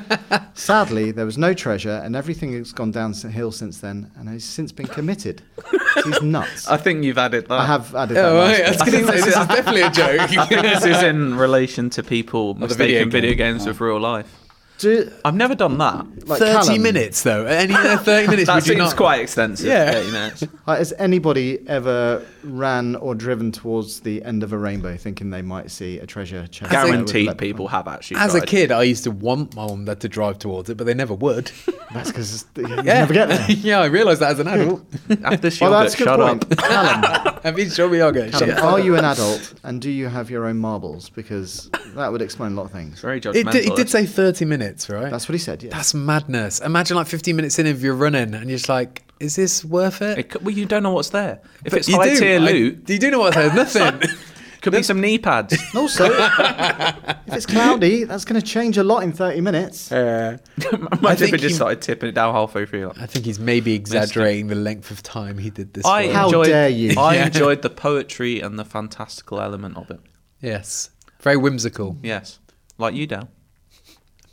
[SPEAKER 1] Sadly, there was no treasure, and everything has gone downhill since then, and has since been committed. He's nuts.
[SPEAKER 3] I think you've added that.
[SPEAKER 1] I have added that.
[SPEAKER 2] Oh,
[SPEAKER 1] last
[SPEAKER 2] Uh, right. I was
[SPEAKER 1] bit.
[SPEAKER 2] gonna say, this is definitely a
[SPEAKER 3] I think
[SPEAKER 2] joke.
[SPEAKER 3] this is in relation to people
[SPEAKER 2] the video
[SPEAKER 3] mistaking video,
[SPEAKER 2] game.
[SPEAKER 3] games with real life.
[SPEAKER 1] Do-
[SPEAKER 3] I've never done that.
[SPEAKER 1] like
[SPEAKER 2] 30
[SPEAKER 1] Callum,
[SPEAKER 2] minutes, though. Any uh, 30 minutes,
[SPEAKER 3] that
[SPEAKER 2] we do
[SPEAKER 3] seems
[SPEAKER 2] not...
[SPEAKER 3] quite extensive.
[SPEAKER 2] Yeah.
[SPEAKER 3] 30 minutes.
[SPEAKER 1] like, Has anybody ever ran or driven towards the end of a rainbow thinking they might see a treasure chest? that would
[SPEAKER 3] Guaranteed
[SPEAKER 1] let-
[SPEAKER 3] people have actually.
[SPEAKER 2] As a
[SPEAKER 3] tried.
[SPEAKER 2] kid, I used to want my mum dad to drive towards it, but they never would.
[SPEAKER 1] That's because you
[SPEAKER 2] Yeah,
[SPEAKER 1] never get there.
[SPEAKER 2] yeah, I realised that as an adult.
[SPEAKER 3] after she
[SPEAKER 1] Well,
[SPEAKER 3] got
[SPEAKER 1] that's a good
[SPEAKER 3] shut
[SPEAKER 1] point.
[SPEAKER 3] up.
[SPEAKER 1] Callum,
[SPEAKER 2] I mean, sure we are going.
[SPEAKER 1] Adam,
[SPEAKER 2] shit.
[SPEAKER 1] are you an adult and do you have your own marbles? Because that would explain a lot of things.
[SPEAKER 3] Very judgmental.
[SPEAKER 2] It did, it did say 30 minutes, right? That's,
[SPEAKER 1] That's what he said, yeah.
[SPEAKER 2] madness. Imagine like 15 minutes in if you're running and you're just like, is this worth it?
[SPEAKER 3] It could- well, you don't know what's there. If
[SPEAKER 2] But
[SPEAKER 3] it's high tier
[SPEAKER 2] I-
[SPEAKER 3] loot,
[SPEAKER 2] you do know what I said, nothing.
[SPEAKER 3] could be some knee pads.
[SPEAKER 1] And also, if it's cloudy, that's going to change a lot in 30 minutes.
[SPEAKER 3] Imagine if
[SPEAKER 2] think
[SPEAKER 3] it just
[SPEAKER 2] he-
[SPEAKER 3] started tipping it down halfway through. like-
[SPEAKER 2] I think he's maybe exaggerating the length of time he did this.
[SPEAKER 3] I
[SPEAKER 2] for.
[SPEAKER 1] How
[SPEAKER 3] enjoyed,
[SPEAKER 1] dare you.
[SPEAKER 3] I
[SPEAKER 2] Yeah.
[SPEAKER 3] enjoyed the poetry and the fantastical element of it.
[SPEAKER 2] Yes. Very whimsical.
[SPEAKER 3] Yes, like you, Dan.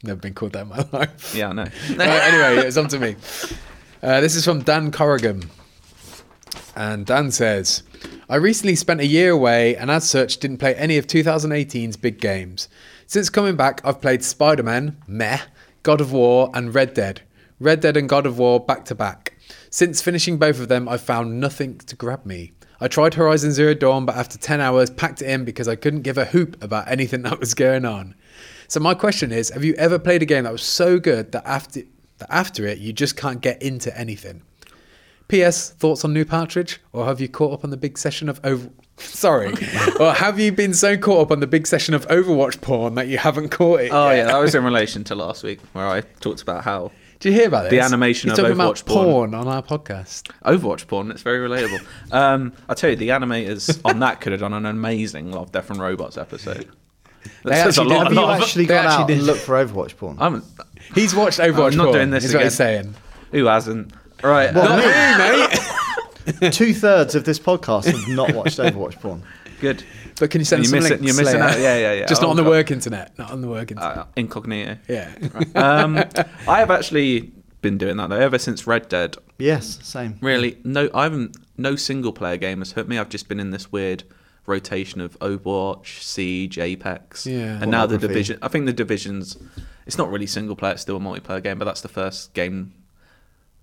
[SPEAKER 2] Never been called that in my life.
[SPEAKER 3] Yeah, I know.
[SPEAKER 2] Right, anyway, it's on to me. Uh, this is from Dan Corrigan. And Dan says, I recently spent a year away and as such didn't play any of 2018's big games. Since coming back, I've played Spider Man, meh, God of War, and Red Dead. Red Dead and God of War back to back. Since finishing both of them, I've found nothing to grab me. I tried Horizon Zero Dawn, but after 10 hours, packed it in because I couldn't give a hoop about anything that was going on. So, my question is have you ever played a game that was so good that after, that after it, you just can't get into anything? P.S. Thoughts on New Partridge, or have you caught up on the big session of over? Sorry, or have you been so caught up on the big session of Overwatch porn that you haven't caught it?
[SPEAKER 3] Oh
[SPEAKER 2] yet?
[SPEAKER 3] yeah, that was in relation to last week where I talked about how
[SPEAKER 2] Did you hear about this?
[SPEAKER 3] The animation
[SPEAKER 2] He's
[SPEAKER 3] of
[SPEAKER 2] talking
[SPEAKER 3] Overwatch
[SPEAKER 2] about
[SPEAKER 3] porn.
[SPEAKER 2] porn on our podcast.
[SPEAKER 3] Overwatch porn. It's very relatable. um, I tell you, the animators on that could have done an amazing Love, Death and Robots episode. That
[SPEAKER 2] They
[SPEAKER 3] says a
[SPEAKER 2] actually
[SPEAKER 3] lot.
[SPEAKER 2] did.
[SPEAKER 1] Have you
[SPEAKER 3] lot of-
[SPEAKER 1] actually
[SPEAKER 2] they
[SPEAKER 1] gone
[SPEAKER 2] actually
[SPEAKER 1] out and
[SPEAKER 2] did.
[SPEAKER 1] looked for Overwatch porn?
[SPEAKER 3] I'm,
[SPEAKER 2] He's watched Overwatch
[SPEAKER 3] I'm not
[SPEAKER 2] porn,
[SPEAKER 3] doing this
[SPEAKER 2] Is
[SPEAKER 3] again.
[SPEAKER 2] what he's saying.
[SPEAKER 3] who hasn't? Right.
[SPEAKER 1] Well,
[SPEAKER 3] no,
[SPEAKER 1] me.
[SPEAKER 2] Hey, mate.
[SPEAKER 1] Two thirds of this podcast have not watched Overwatch porn.
[SPEAKER 3] uh, good.
[SPEAKER 2] But can you send
[SPEAKER 3] You
[SPEAKER 2] some
[SPEAKER 3] miss it-
[SPEAKER 2] links
[SPEAKER 3] you're missing
[SPEAKER 2] later?
[SPEAKER 3] out. Yeah, yeah, yeah.
[SPEAKER 2] Just
[SPEAKER 3] Oh,
[SPEAKER 2] not on the
[SPEAKER 3] God.
[SPEAKER 2] work internet. Not on the work internet.
[SPEAKER 3] Uh, incognito.
[SPEAKER 2] yeah.
[SPEAKER 3] um, I have actually been doing that though ever since Red Dead.
[SPEAKER 1] Yes, same.
[SPEAKER 3] Really, no, I haven't. No single player game has hurt me. I've just been in this weird rotation of Overwatch, Siege, Apex,
[SPEAKER 2] Yeah.
[SPEAKER 3] and now the
[SPEAKER 1] Pornography.
[SPEAKER 3] Division. I think the Division's. It's not really single player; it's still a multiplayer game, but that's the first game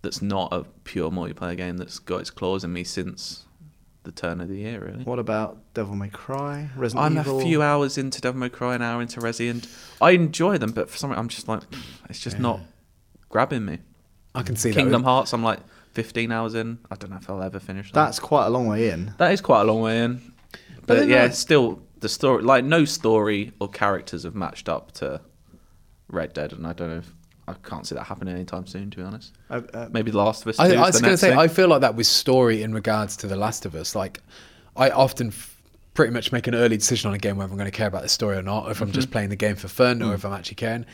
[SPEAKER 3] that's not a pure multiplayer game that's got its claws in me since the turn of the year. Really,
[SPEAKER 1] What about Devil May Cry? Resident
[SPEAKER 3] I'm
[SPEAKER 1] Evil?
[SPEAKER 3] a few hours into Devil May Cry, an hour into Resi, and I enjoy them, but for some reason, I'm just like, it's just not grabbing me.
[SPEAKER 2] I can see
[SPEAKER 3] Kingdom
[SPEAKER 2] that.
[SPEAKER 3] Hearts, I'm like 15 hours in. I don't know if I'll ever finish that.
[SPEAKER 1] That's quite a long way in.
[SPEAKER 3] That is quite a long way in. But,
[SPEAKER 2] then
[SPEAKER 3] yeah,
[SPEAKER 2] like-
[SPEAKER 3] still the story like no story or characters have matched up to Red Dead and I don't know if I can't see that happening anytime soon to be honest.
[SPEAKER 1] Uh, uh,
[SPEAKER 3] Maybe The Last of Us 2
[SPEAKER 2] I, I was
[SPEAKER 3] is the
[SPEAKER 2] going to
[SPEAKER 3] next
[SPEAKER 2] say,
[SPEAKER 3] thing.
[SPEAKER 2] I feel like that was story in regards to The Last of Us. Like, I often f- pretty much make an early decision on a game whether I'm going to care about the story or not, if I'm
[SPEAKER 3] Mm-hmm.
[SPEAKER 2] just playing the game for fun
[SPEAKER 3] Mm.
[SPEAKER 2] or if I'm actually caring.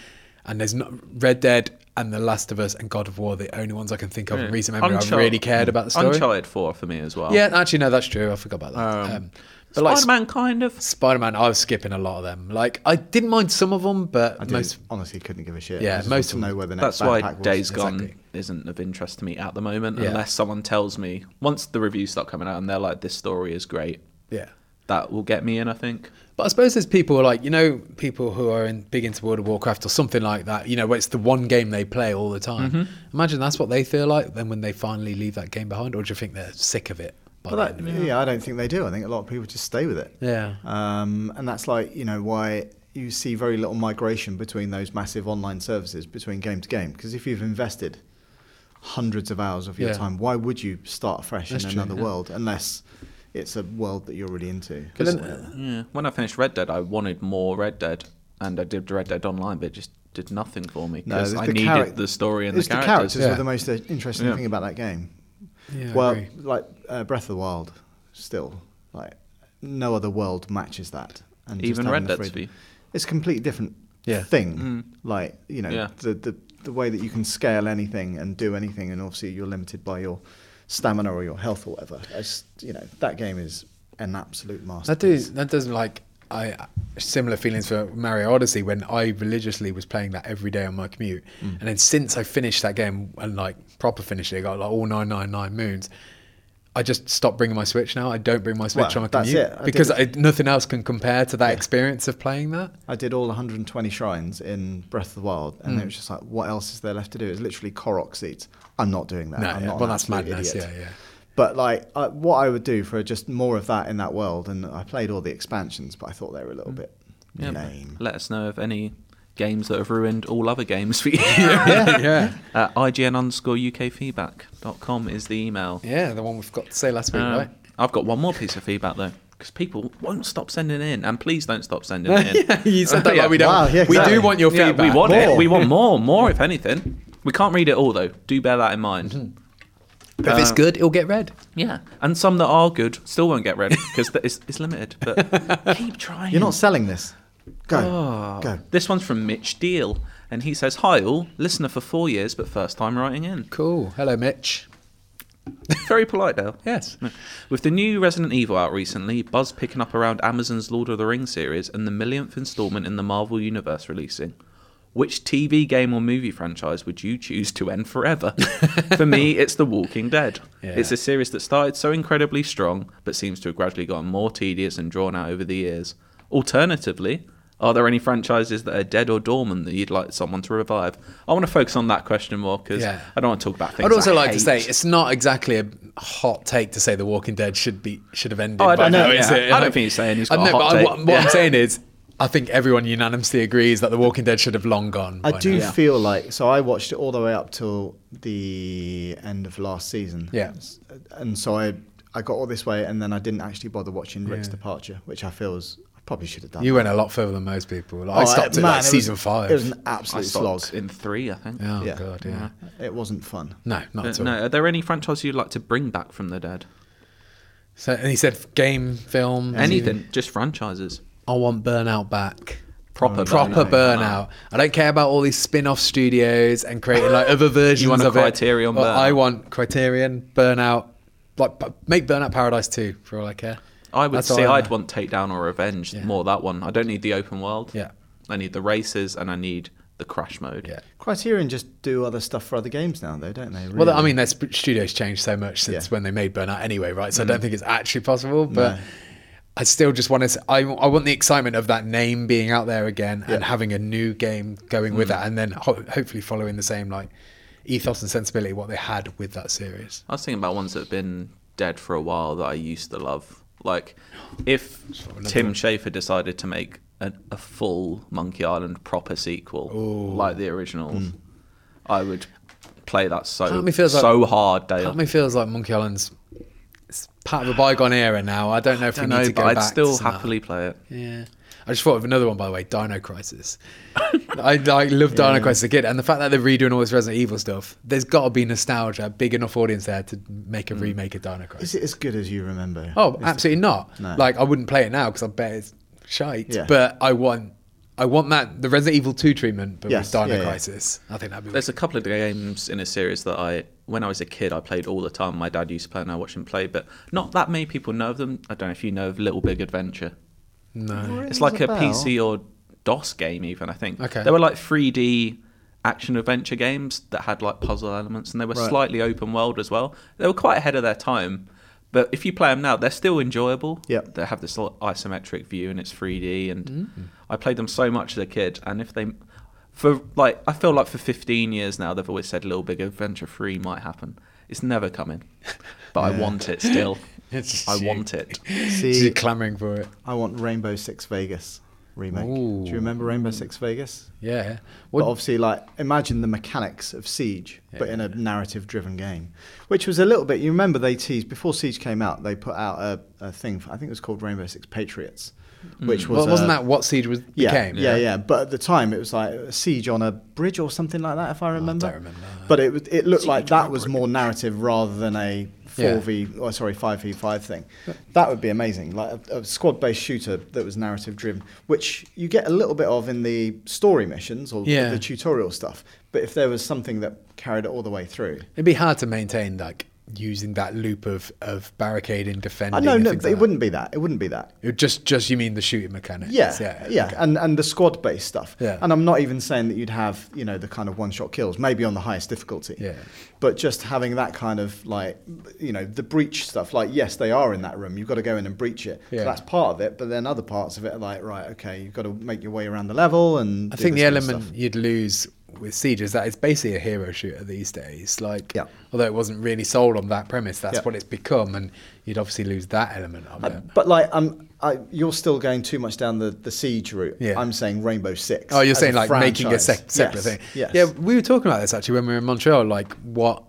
[SPEAKER 2] And there's not Red Dead and The Last of Us and God of War, the only ones I can think of
[SPEAKER 3] Yeah.
[SPEAKER 2] in recent memory I've
[SPEAKER 3] Uncharted-
[SPEAKER 2] really cared about the story.
[SPEAKER 3] Uncharted 4 for me as well.
[SPEAKER 2] Yeah, actually, no, that's true. I forgot about that.
[SPEAKER 3] Um,
[SPEAKER 2] Um, but like
[SPEAKER 3] Spider-Man kind of
[SPEAKER 2] Spider Man, I was skipping a lot of them. Like, I didn't mind some of them, but
[SPEAKER 1] I didn't-
[SPEAKER 2] most.
[SPEAKER 1] honestly couldn't give a shit.
[SPEAKER 2] Yeah,
[SPEAKER 1] I just want
[SPEAKER 2] most
[SPEAKER 1] to
[SPEAKER 2] of-
[SPEAKER 1] know where the next
[SPEAKER 3] that's why
[SPEAKER 1] backpack was.
[SPEAKER 3] Days Gone
[SPEAKER 1] Exactly.
[SPEAKER 3] isn't of interest to me at the moment
[SPEAKER 2] Yeah.
[SPEAKER 3] unless someone tells me once the reviews start coming out and they're like this story is great.
[SPEAKER 2] Yeah.
[SPEAKER 3] That will get me in, I think.
[SPEAKER 2] But I suppose there's people like you know people who are in, big into World of Warcraft or something like that. You know, where it's the one game they play
[SPEAKER 1] Mm-hmm.
[SPEAKER 2] all the time. Imagine that's what they feel like. Then when they finally leave that game behind, or do you think they're sick of it? by
[SPEAKER 1] But
[SPEAKER 2] the
[SPEAKER 1] that,
[SPEAKER 2] end of
[SPEAKER 1] yeah. I don't think they do. I think a lot of people just stay with it.
[SPEAKER 2] it. Yeah.
[SPEAKER 1] Um, and that's like, you know, why you see very little migration between those massive online services between game to game. Because if you've invested hundreds of hours of your
[SPEAKER 2] Yeah.
[SPEAKER 1] time, why would you start afresh
[SPEAKER 2] That's
[SPEAKER 1] in
[SPEAKER 2] true,
[SPEAKER 1] another
[SPEAKER 2] yeah.
[SPEAKER 1] world unless it's a world that you're really into?
[SPEAKER 2] But then-
[SPEAKER 3] Yeah. When I finished Red Dead, I wanted more Red Dead, and I did Red Dead Online, but it just did nothing for me
[SPEAKER 1] No,
[SPEAKER 3] because
[SPEAKER 1] the-
[SPEAKER 3] I
[SPEAKER 1] the
[SPEAKER 3] needed
[SPEAKER 1] charac-
[SPEAKER 3] the story and the
[SPEAKER 1] it's the
[SPEAKER 3] characters.
[SPEAKER 1] characters
[SPEAKER 2] Yeah.
[SPEAKER 1] were the most uh, interesting
[SPEAKER 3] Yeah.
[SPEAKER 1] thing about that game.
[SPEAKER 2] Yeah, I
[SPEAKER 1] well,
[SPEAKER 2] agree.
[SPEAKER 1] like uh, Breath of the Wild, still like no other world matches that. And just
[SPEAKER 3] Even
[SPEAKER 1] having
[SPEAKER 3] Red
[SPEAKER 1] the
[SPEAKER 3] Dead's
[SPEAKER 1] freedom-
[SPEAKER 3] view.
[SPEAKER 1] It's a completely different
[SPEAKER 2] Yeah.
[SPEAKER 1] thing. Like you know
[SPEAKER 3] Yeah.
[SPEAKER 1] the, the the way that you can scale anything and do anything, and obviously you're limited by your stamina or your health or whatever. It's, you know that game is an absolute
[SPEAKER 2] That does
[SPEAKER 1] masterpiece.
[SPEAKER 2] that doesn't like I similar feelings for Mario Odyssey when I religiously was playing that every day on my commute,
[SPEAKER 1] Mm.
[SPEAKER 2] and then since I finished that game and like proper finished it, got like all nine nine nine moons. I just stopped bringing my Switch now. I don't bring my Switch
[SPEAKER 1] Well,
[SPEAKER 2] on my
[SPEAKER 1] that's
[SPEAKER 2] commute
[SPEAKER 1] it. I
[SPEAKER 2] because I,
[SPEAKER 1] did-
[SPEAKER 2] nothing else can compare to that experience of playing that.
[SPEAKER 1] I did all 120 shrines in Breath of the Wild, and
[SPEAKER 2] Mm.
[SPEAKER 1] it was just like, what else is there left to do? It's literally Korok seeds. I'm not doing that.
[SPEAKER 2] No,
[SPEAKER 1] I'm
[SPEAKER 2] yeah.
[SPEAKER 1] not an
[SPEAKER 2] well, that's
[SPEAKER 1] absolute
[SPEAKER 2] madness.
[SPEAKER 1] idiot.
[SPEAKER 2] Yeah, yeah.
[SPEAKER 1] But like, I, what I would do for just more of that in that world, and I played all the expansions, but I thought they were a
[SPEAKER 2] Mm.
[SPEAKER 1] little bit
[SPEAKER 3] Yeah.
[SPEAKER 1] lame.
[SPEAKER 3] Let us know of any games that have ruined all other games for you.
[SPEAKER 2] yeah, yeah,
[SPEAKER 3] uh, IGN underscore UK feedback.com is the email.
[SPEAKER 2] yeah. The one we forgot to say last week,
[SPEAKER 3] Um,
[SPEAKER 2] right?
[SPEAKER 3] I've got one more piece of feedback though, because people won't stop sending in, and please don't stop sending in.
[SPEAKER 2] yeah, you said that
[SPEAKER 3] Yeah.
[SPEAKER 2] like we don't.
[SPEAKER 1] Wow, yeah,
[SPEAKER 2] We
[SPEAKER 1] exactly.
[SPEAKER 2] do want your
[SPEAKER 3] Yeah,
[SPEAKER 2] feedback.
[SPEAKER 3] we want
[SPEAKER 1] More.
[SPEAKER 3] it. We want more, more if anything. We can't read it all though. Do bear that in mind.
[SPEAKER 2] Mm-hmm. If it's
[SPEAKER 3] Um,
[SPEAKER 2] good, it'll get read.
[SPEAKER 3] Yeah, and some that are good still won't get read because it's, it's limited. But keep trying.
[SPEAKER 1] You're not selling this. Go,
[SPEAKER 3] Oh.
[SPEAKER 1] go.
[SPEAKER 3] This one's from Mitch Deal, and he says, "Hi all, listener for four years, but first time writing in.
[SPEAKER 2] Cool. Hello, Mitch.
[SPEAKER 3] Very polite, Dale.
[SPEAKER 2] Yes.
[SPEAKER 3] With the new Resident Evil out recently, buzz picking up around Amazon's Lord of the Rings series and the millionth installment in the Marvel Universe releasing. Which TV game or movie franchise would you choose to end forever? For me, it's The Walking Dead.
[SPEAKER 2] Yeah.
[SPEAKER 3] It's a series that started so incredibly strong, but seems to have gradually gotten more tedious and drawn out over the years. Alternatively, are there any franchises that are dead or dormant that you'd like someone to revive? I want to focus on that question more because
[SPEAKER 2] Yeah.
[SPEAKER 3] I don't want to talk about things.
[SPEAKER 2] I'd also
[SPEAKER 3] I
[SPEAKER 2] like to
[SPEAKER 3] hate.
[SPEAKER 2] say it's not exactly a hot take to say The Walking Dead should be should have ended.
[SPEAKER 3] Oh, I
[SPEAKER 2] by
[SPEAKER 3] don't know,
[SPEAKER 2] now, is
[SPEAKER 3] yeah.
[SPEAKER 2] it?
[SPEAKER 3] I don't think he's saying he's
[SPEAKER 2] I
[SPEAKER 3] got
[SPEAKER 2] know,
[SPEAKER 3] a hot
[SPEAKER 2] but I-
[SPEAKER 3] take.
[SPEAKER 2] What, what I'm saying is, I think everyone unanimously agrees that The Walking Dead should have long gone.
[SPEAKER 1] I
[SPEAKER 2] by
[SPEAKER 1] do
[SPEAKER 2] now.
[SPEAKER 1] feel like so. I watched it all the way up till the end of last season.
[SPEAKER 2] Yeah.
[SPEAKER 1] S- and so I I got all this way, and then I didn't actually bother watching Rick's departure, which I feel is I probably should have done.
[SPEAKER 2] You went a lot further than most people. Like,
[SPEAKER 1] Oh,
[SPEAKER 2] I stopped at
[SPEAKER 1] man,
[SPEAKER 2] like
[SPEAKER 1] it
[SPEAKER 2] season
[SPEAKER 1] was,
[SPEAKER 2] five.
[SPEAKER 1] It was an
[SPEAKER 3] I
[SPEAKER 1] absolute slog.
[SPEAKER 3] stopped in three, I think.
[SPEAKER 2] oh
[SPEAKER 1] yeah.
[SPEAKER 2] god, yeah.
[SPEAKER 1] It wasn't fun.
[SPEAKER 2] No, not
[SPEAKER 3] Uh,
[SPEAKER 2] at all.
[SPEAKER 3] no, are there any franchises you'd like to bring back from the dead?
[SPEAKER 2] So, and he said game, film,
[SPEAKER 3] Anything, just franchises.
[SPEAKER 2] I want Burnout back.
[SPEAKER 3] Proper
[SPEAKER 2] Proper
[SPEAKER 3] Burnout.
[SPEAKER 2] burnout. I don't care about all these spin-off studios and creating like other versions
[SPEAKER 3] You want a
[SPEAKER 2] of it.
[SPEAKER 3] Criterion
[SPEAKER 2] Well,
[SPEAKER 3] Burnout.
[SPEAKER 2] I want Criterion Burnout. Like p- make Burnout Paradise too, for all I care.
[SPEAKER 3] I would
[SPEAKER 2] That's all
[SPEAKER 3] say I'd
[SPEAKER 2] want.
[SPEAKER 3] want Takedown or Revenge,
[SPEAKER 2] Yeah.
[SPEAKER 3] more that one. I don't need the open world.
[SPEAKER 2] Yeah.
[SPEAKER 3] I need the races and I need the crash mode.
[SPEAKER 2] Yeah.
[SPEAKER 1] Criterion just do other stuff for other games now, though, don't they?
[SPEAKER 2] Well,
[SPEAKER 1] really?
[SPEAKER 2] I mean, their sp- studios changed so much since
[SPEAKER 1] Yeah.
[SPEAKER 2] when they made Burnout anyway, right? So I
[SPEAKER 3] Mm.
[SPEAKER 2] don't think it's actually possible, but I still just want to. I, I want the excitement of that name being out there again and
[SPEAKER 1] Yeah.
[SPEAKER 2] having a new game going
[SPEAKER 3] Mm.
[SPEAKER 2] with that, and then ho- hopefully following the same like ethos and sensibility what they had with that series.
[SPEAKER 3] I was thinking about ones that have been dead for a while that I used to love. Like, if Tim Schafer decided to make a, a full Monkey Island proper sequel, like the originals, I would play that so,
[SPEAKER 2] Hmm. Part of me feels like-
[SPEAKER 3] so hard, Dale.
[SPEAKER 2] Part of me feels like Monkey Island's it's part of a bygone era now. I don't know if
[SPEAKER 3] don't
[SPEAKER 2] we need
[SPEAKER 3] know,
[SPEAKER 2] to
[SPEAKER 3] but
[SPEAKER 2] go
[SPEAKER 3] I'd
[SPEAKER 2] back.
[SPEAKER 3] still
[SPEAKER 2] to that.
[SPEAKER 3] happily play it.
[SPEAKER 2] Yeah. I just thought of another one, by the way, Dino Crisis. I like love Dino Crisis as a kid, and the fact that they're redoing all this Resident Evil stuff, there's got to be nostalgia, a big enough audience there to make a remake of Dino
[SPEAKER 1] is
[SPEAKER 2] Crisis.
[SPEAKER 1] it as good as you remember?
[SPEAKER 2] Oh,
[SPEAKER 1] Mm. Is it-
[SPEAKER 2] absolutely not.
[SPEAKER 1] No.
[SPEAKER 2] Like I wouldn't play it now because I bet it's shite.
[SPEAKER 1] Yeah.
[SPEAKER 2] But I want, I want that the Resident Evil Two treatment, but
[SPEAKER 1] Yes,
[SPEAKER 2] with Dino
[SPEAKER 1] yeah, yeah.
[SPEAKER 2] Crisis. I think that'd be.
[SPEAKER 3] There's a couple of games in a series that I, when I was a kid, I played all the time. My dad used to play and I watched him play, but not that many people know of them. I don't know if you know of Little Big Adventure.
[SPEAKER 2] no.
[SPEAKER 1] Rings
[SPEAKER 3] It's like a
[SPEAKER 1] bell.
[SPEAKER 3] PC or DOS game, even, I think.
[SPEAKER 2] Okay.
[SPEAKER 3] They were like 3D action adventure games that had like puzzle elements and they were
[SPEAKER 1] Right.
[SPEAKER 3] slightly open world as well. They were quite ahead of their time. But if you play them now, they're still enjoyable.
[SPEAKER 1] Yep.
[SPEAKER 3] They have this little isometric view and it's 3D. And I played them so much as a kid. And if they, for like, I feel like for 15 years now, they've always said Little Big Adventure 3 might happen. It's never coming. But I want it still.
[SPEAKER 2] It's just
[SPEAKER 3] I
[SPEAKER 2] you-
[SPEAKER 3] want it.
[SPEAKER 2] She's
[SPEAKER 1] See,
[SPEAKER 2] clamoring for it.
[SPEAKER 1] I want Rainbow Six Vegas remake. Do
[SPEAKER 2] Ooh.
[SPEAKER 1] you remember Rainbow Six Vegas?
[SPEAKER 2] Yeah.
[SPEAKER 1] but
[SPEAKER 2] What?
[SPEAKER 1] obviously, like imagine the mechanics of Siege, but in a narrative-driven game, which was a little bit. You remember they teased before Siege came out. They put out a, a thing. I think it was called Rainbow Six Patriots, which was
[SPEAKER 2] Mm. well, wasn't
[SPEAKER 1] a-
[SPEAKER 2] that what Siege was
[SPEAKER 1] uh, yeah,
[SPEAKER 2] became?
[SPEAKER 1] Yeah, yeah, But at the time, it was like a siege on a bridge or something like that, if I remember.
[SPEAKER 2] Oh, don't remember.
[SPEAKER 1] But it was- it looked like
[SPEAKER 2] Siege on
[SPEAKER 1] that
[SPEAKER 2] a
[SPEAKER 1] was
[SPEAKER 2] bridge.
[SPEAKER 1] more narrative rather than a
[SPEAKER 2] Yeah.
[SPEAKER 1] four v or sorry five v five thing. That would be amazing, like a, a squad based shooter that was narrative driven, which you get a little bit of in the story missions or
[SPEAKER 2] Yeah.
[SPEAKER 1] the tutorial stuff. But if there was something that carried it all the way through,
[SPEAKER 2] It'd be hard to maintain like using that loop of of barricading, defending.
[SPEAKER 1] I no,
[SPEAKER 2] and
[SPEAKER 1] no,
[SPEAKER 2] things
[SPEAKER 1] it
[SPEAKER 2] like that.
[SPEAKER 1] wouldn't be that. It wouldn't be that.
[SPEAKER 2] It would just just you mean the shooting mechanics?
[SPEAKER 1] Yeah, yeah,
[SPEAKER 2] Yeah. okay.
[SPEAKER 1] and and the squad based stuff.
[SPEAKER 2] Yeah.
[SPEAKER 1] And I'm not even saying that you'd have you know the kind of one shot kills, maybe on the highest difficulty.
[SPEAKER 2] Yeah.
[SPEAKER 1] But just having that kind of like you know the breach stuff. Like yes, they are in that room. You've got to go in and breach it.
[SPEAKER 2] Yeah.
[SPEAKER 1] So that's part of it. But then other parts of it are like right, okay, you've got to make your way around the level and.
[SPEAKER 2] I
[SPEAKER 1] do
[SPEAKER 2] think the
[SPEAKER 1] this kind of
[SPEAKER 2] element
[SPEAKER 1] stuff.
[SPEAKER 2] you'd lose with Siege is that it's basically a hero shooter these days. Like,
[SPEAKER 1] Yeah.
[SPEAKER 2] although it wasn't really sold on that premise, that's
[SPEAKER 1] Yeah.
[SPEAKER 2] what it's become, and you'd obviously lose that element of it.
[SPEAKER 1] But like I'm. I, you're still going too much down the, the siege route.
[SPEAKER 2] Yeah.
[SPEAKER 1] I'm saying Rainbow Six.
[SPEAKER 2] Oh, you're
[SPEAKER 1] as
[SPEAKER 2] saying
[SPEAKER 1] a
[SPEAKER 2] like making a
[SPEAKER 1] franchise.
[SPEAKER 2] sec- separate
[SPEAKER 1] Yes,
[SPEAKER 2] thing?
[SPEAKER 1] Yes.
[SPEAKER 2] Yeah, we were talking about this actually when we were in Montreal. Like, what?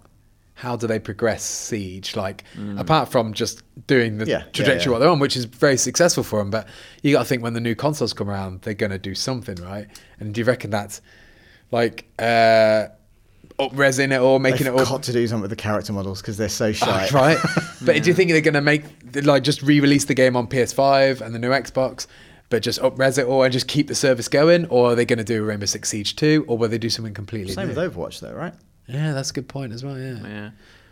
[SPEAKER 2] How do they progress Siege? Like, apart from just doing the
[SPEAKER 1] Mm. Yeah, yeah,
[SPEAKER 2] trajectory
[SPEAKER 1] yeah.
[SPEAKER 2] what they're on, which is very successful for them. But you got to think when the new consoles come around, they're going to do something, right? And do you reckon that's like uh, up resing it or making
[SPEAKER 1] They've
[SPEAKER 2] it all
[SPEAKER 1] got to do something with the character models because they're so shy.
[SPEAKER 2] Oh, right. but do you think they're going to make like just re-release the game on PS5 and the new Xbox, but just up-res it all and just keep the service going, or are they going to do Rainbow Six Siege 2, or will they do something completely
[SPEAKER 1] Same
[SPEAKER 2] new?
[SPEAKER 1] with Overwatch though, right?
[SPEAKER 2] Yeah, that's a good point as well. Yeah.
[SPEAKER 3] Yeah.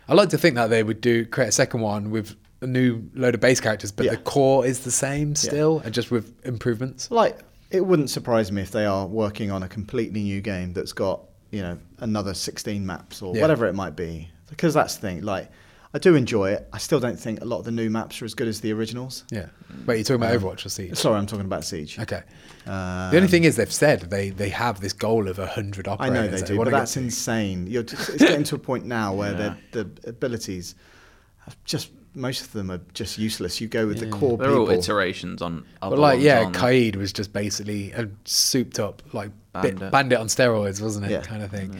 [SPEAKER 2] I like to think that they would do create a second one with a new load of base characters, but
[SPEAKER 1] Yeah.
[SPEAKER 2] the core is the same still, and just with improvements.
[SPEAKER 1] Like, it wouldn't surprise me if they are working on a completely new game that's got, you know, another 16 maps or
[SPEAKER 2] Yeah.
[SPEAKER 1] whatever it might be. Because that's the thing. Like, I do enjoy it. I still don't think a lot of the new maps are as good as the originals.
[SPEAKER 2] Yeah. Wait, you're talking about Overwatch or Siege?
[SPEAKER 1] Sorry, I'm talking about Siege.
[SPEAKER 2] Okay.
[SPEAKER 1] Um,
[SPEAKER 2] the only thing is, they've said they, they have this goal of 100
[SPEAKER 1] I
[SPEAKER 2] operators.
[SPEAKER 1] know they do,
[SPEAKER 2] wanna
[SPEAKER 1] but
[SPEAKER 2] get
[SPEAKER 1] that's
[SPEAKER 2] to-
[SPEAKER 1] insane. You're just, it's getting to a point now where
[SPEAKER 3] Yeah.
[SPEAKER 1] the, the abilities, are just most of them are just useless. You go with the core
[SPEAKER 3] They're all
[SPEAKER 1] people.
[SPEAKER 3] iterations on other
[SPEAKER 2] But like,
[SPEAKER 3] ones,
[SPEAKER 2] yeah,
[SPEAKER 3] aren't they?
[SPEAKER 2] Kaid was just basically a souped up like bandit,
[SPEAKER 3] Bandit.
[SPEAKER 2] bandit on steroids, wasn't it?
[SPEAKER 1] Yeah.
[SPEAKER 2] Kind of thing.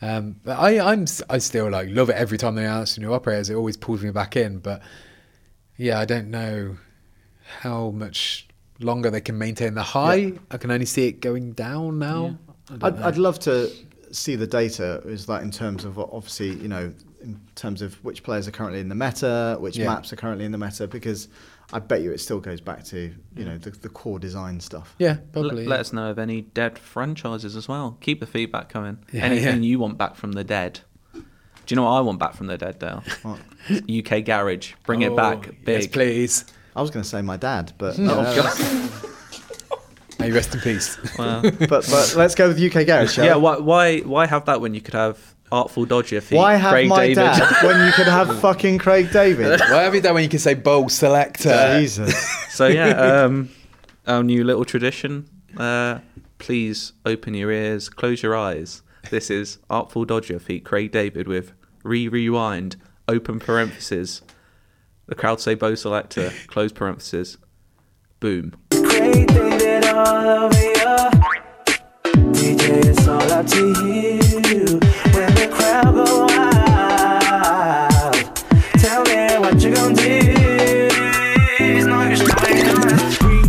[SPEAKER 2] Um, but I, I'm, s- I still like love it every time they announce new operators. It always pulls me back in. But yeah, I don't know how much longer they can maintain the high. I can only see it going down now. I don't
[SPEAKER 1] I'd,
[SPEAKER 2] know.
[SPEAKER 1] I'd love to see the data is like in terms of obviously you know in terms of which players are currently in the meta which
[SPEAKER 2] Yeah.
[SPEAKER 1] maps are currently in the meta because i bet you it still goes back to you know the, the core design stuff
[SPEAKER 2] yeah,
[SPEAKER 3] L-
[SPEAKER 2] probably.
[SPEAKER 3] Let us know of any dead franchises as well. Keep the feedback coming.
[SPEAKER 2] Yeah,
[SPEAKER 3] Anything
[SPEAKER 2] yeah.
[SPEAKER 3] you want back from the dead. Do you know what I want back from the dead, Dale?
[SPEAKER 1] What?
[SPEAKER 3] UK Garage. Bring
[SPEAKER 2] Oh,
[SPEAKER 3] it back
[SPEAKER 2] Yes,
[SPEAKER 3] big.
[SPEAKER 2] please.
[SPEAKER 1] i was going to say my dad but uh,
[SPEAKER 3] oh,
[SPEAKER 1] no,
[SPEAKER 3] God.
[SPEAKER 2] May you rest in peace.
[SPEAKER 3] Well,
[SPEAKER 1] but, but let's go with uk garage shall
[SPEAKER 3] yeah,
[SPEAKER 1] we?
[SPEAKER 3] why, why why have that when you could have Artful Dodger feat?
[SPEAKER 1] why have
[SPEAKER 3] Craig
[SPEAKER 1] my
[SPEAKER 3] David?
[SPEAKER 1] dad when you could have fucking craig david
[SPEAKER 2] Why have you done when you can say bowl
[SPEAKER 3] Uh,
[SPEAKER 2] selector?
[SPEAKER 1] jesus
[SPEAKER 3] so yeah, um, our new little tradition. Uh, please open your ears, close your eyes. This is Artful Dodger feat Craig David with re rewind, open parentheses. The crowd say bow selector, close parentheses. Boom.
[SPEAKER 4] Craig David all over ya. DJ, it's all up to you. When the crowd go wild, tell me what you gonna do. It's not your story,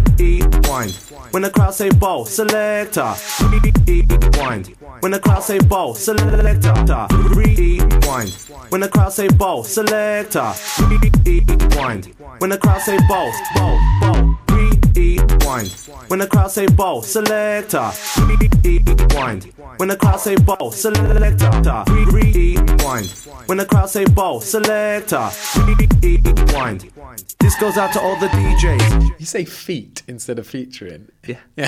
[SPEAKER 5] Wine.
[SPEAKER 4] when the crowd say bow, selector. Rewind. When the crowd say bow, selector. Rewind. When the crowd say bow, selector. Rewind. When the crowd say bow, bow, bow. Rewind. E When the crowd say bow, selector. Rewind. When the crowd say bow, selector. Rewind. When the crowd say bow, selector. Rewind. This goes out to all the DJs.
[SPEAKER 2] You say feet instead of featuring.
[SPEAKER 3] Yeah.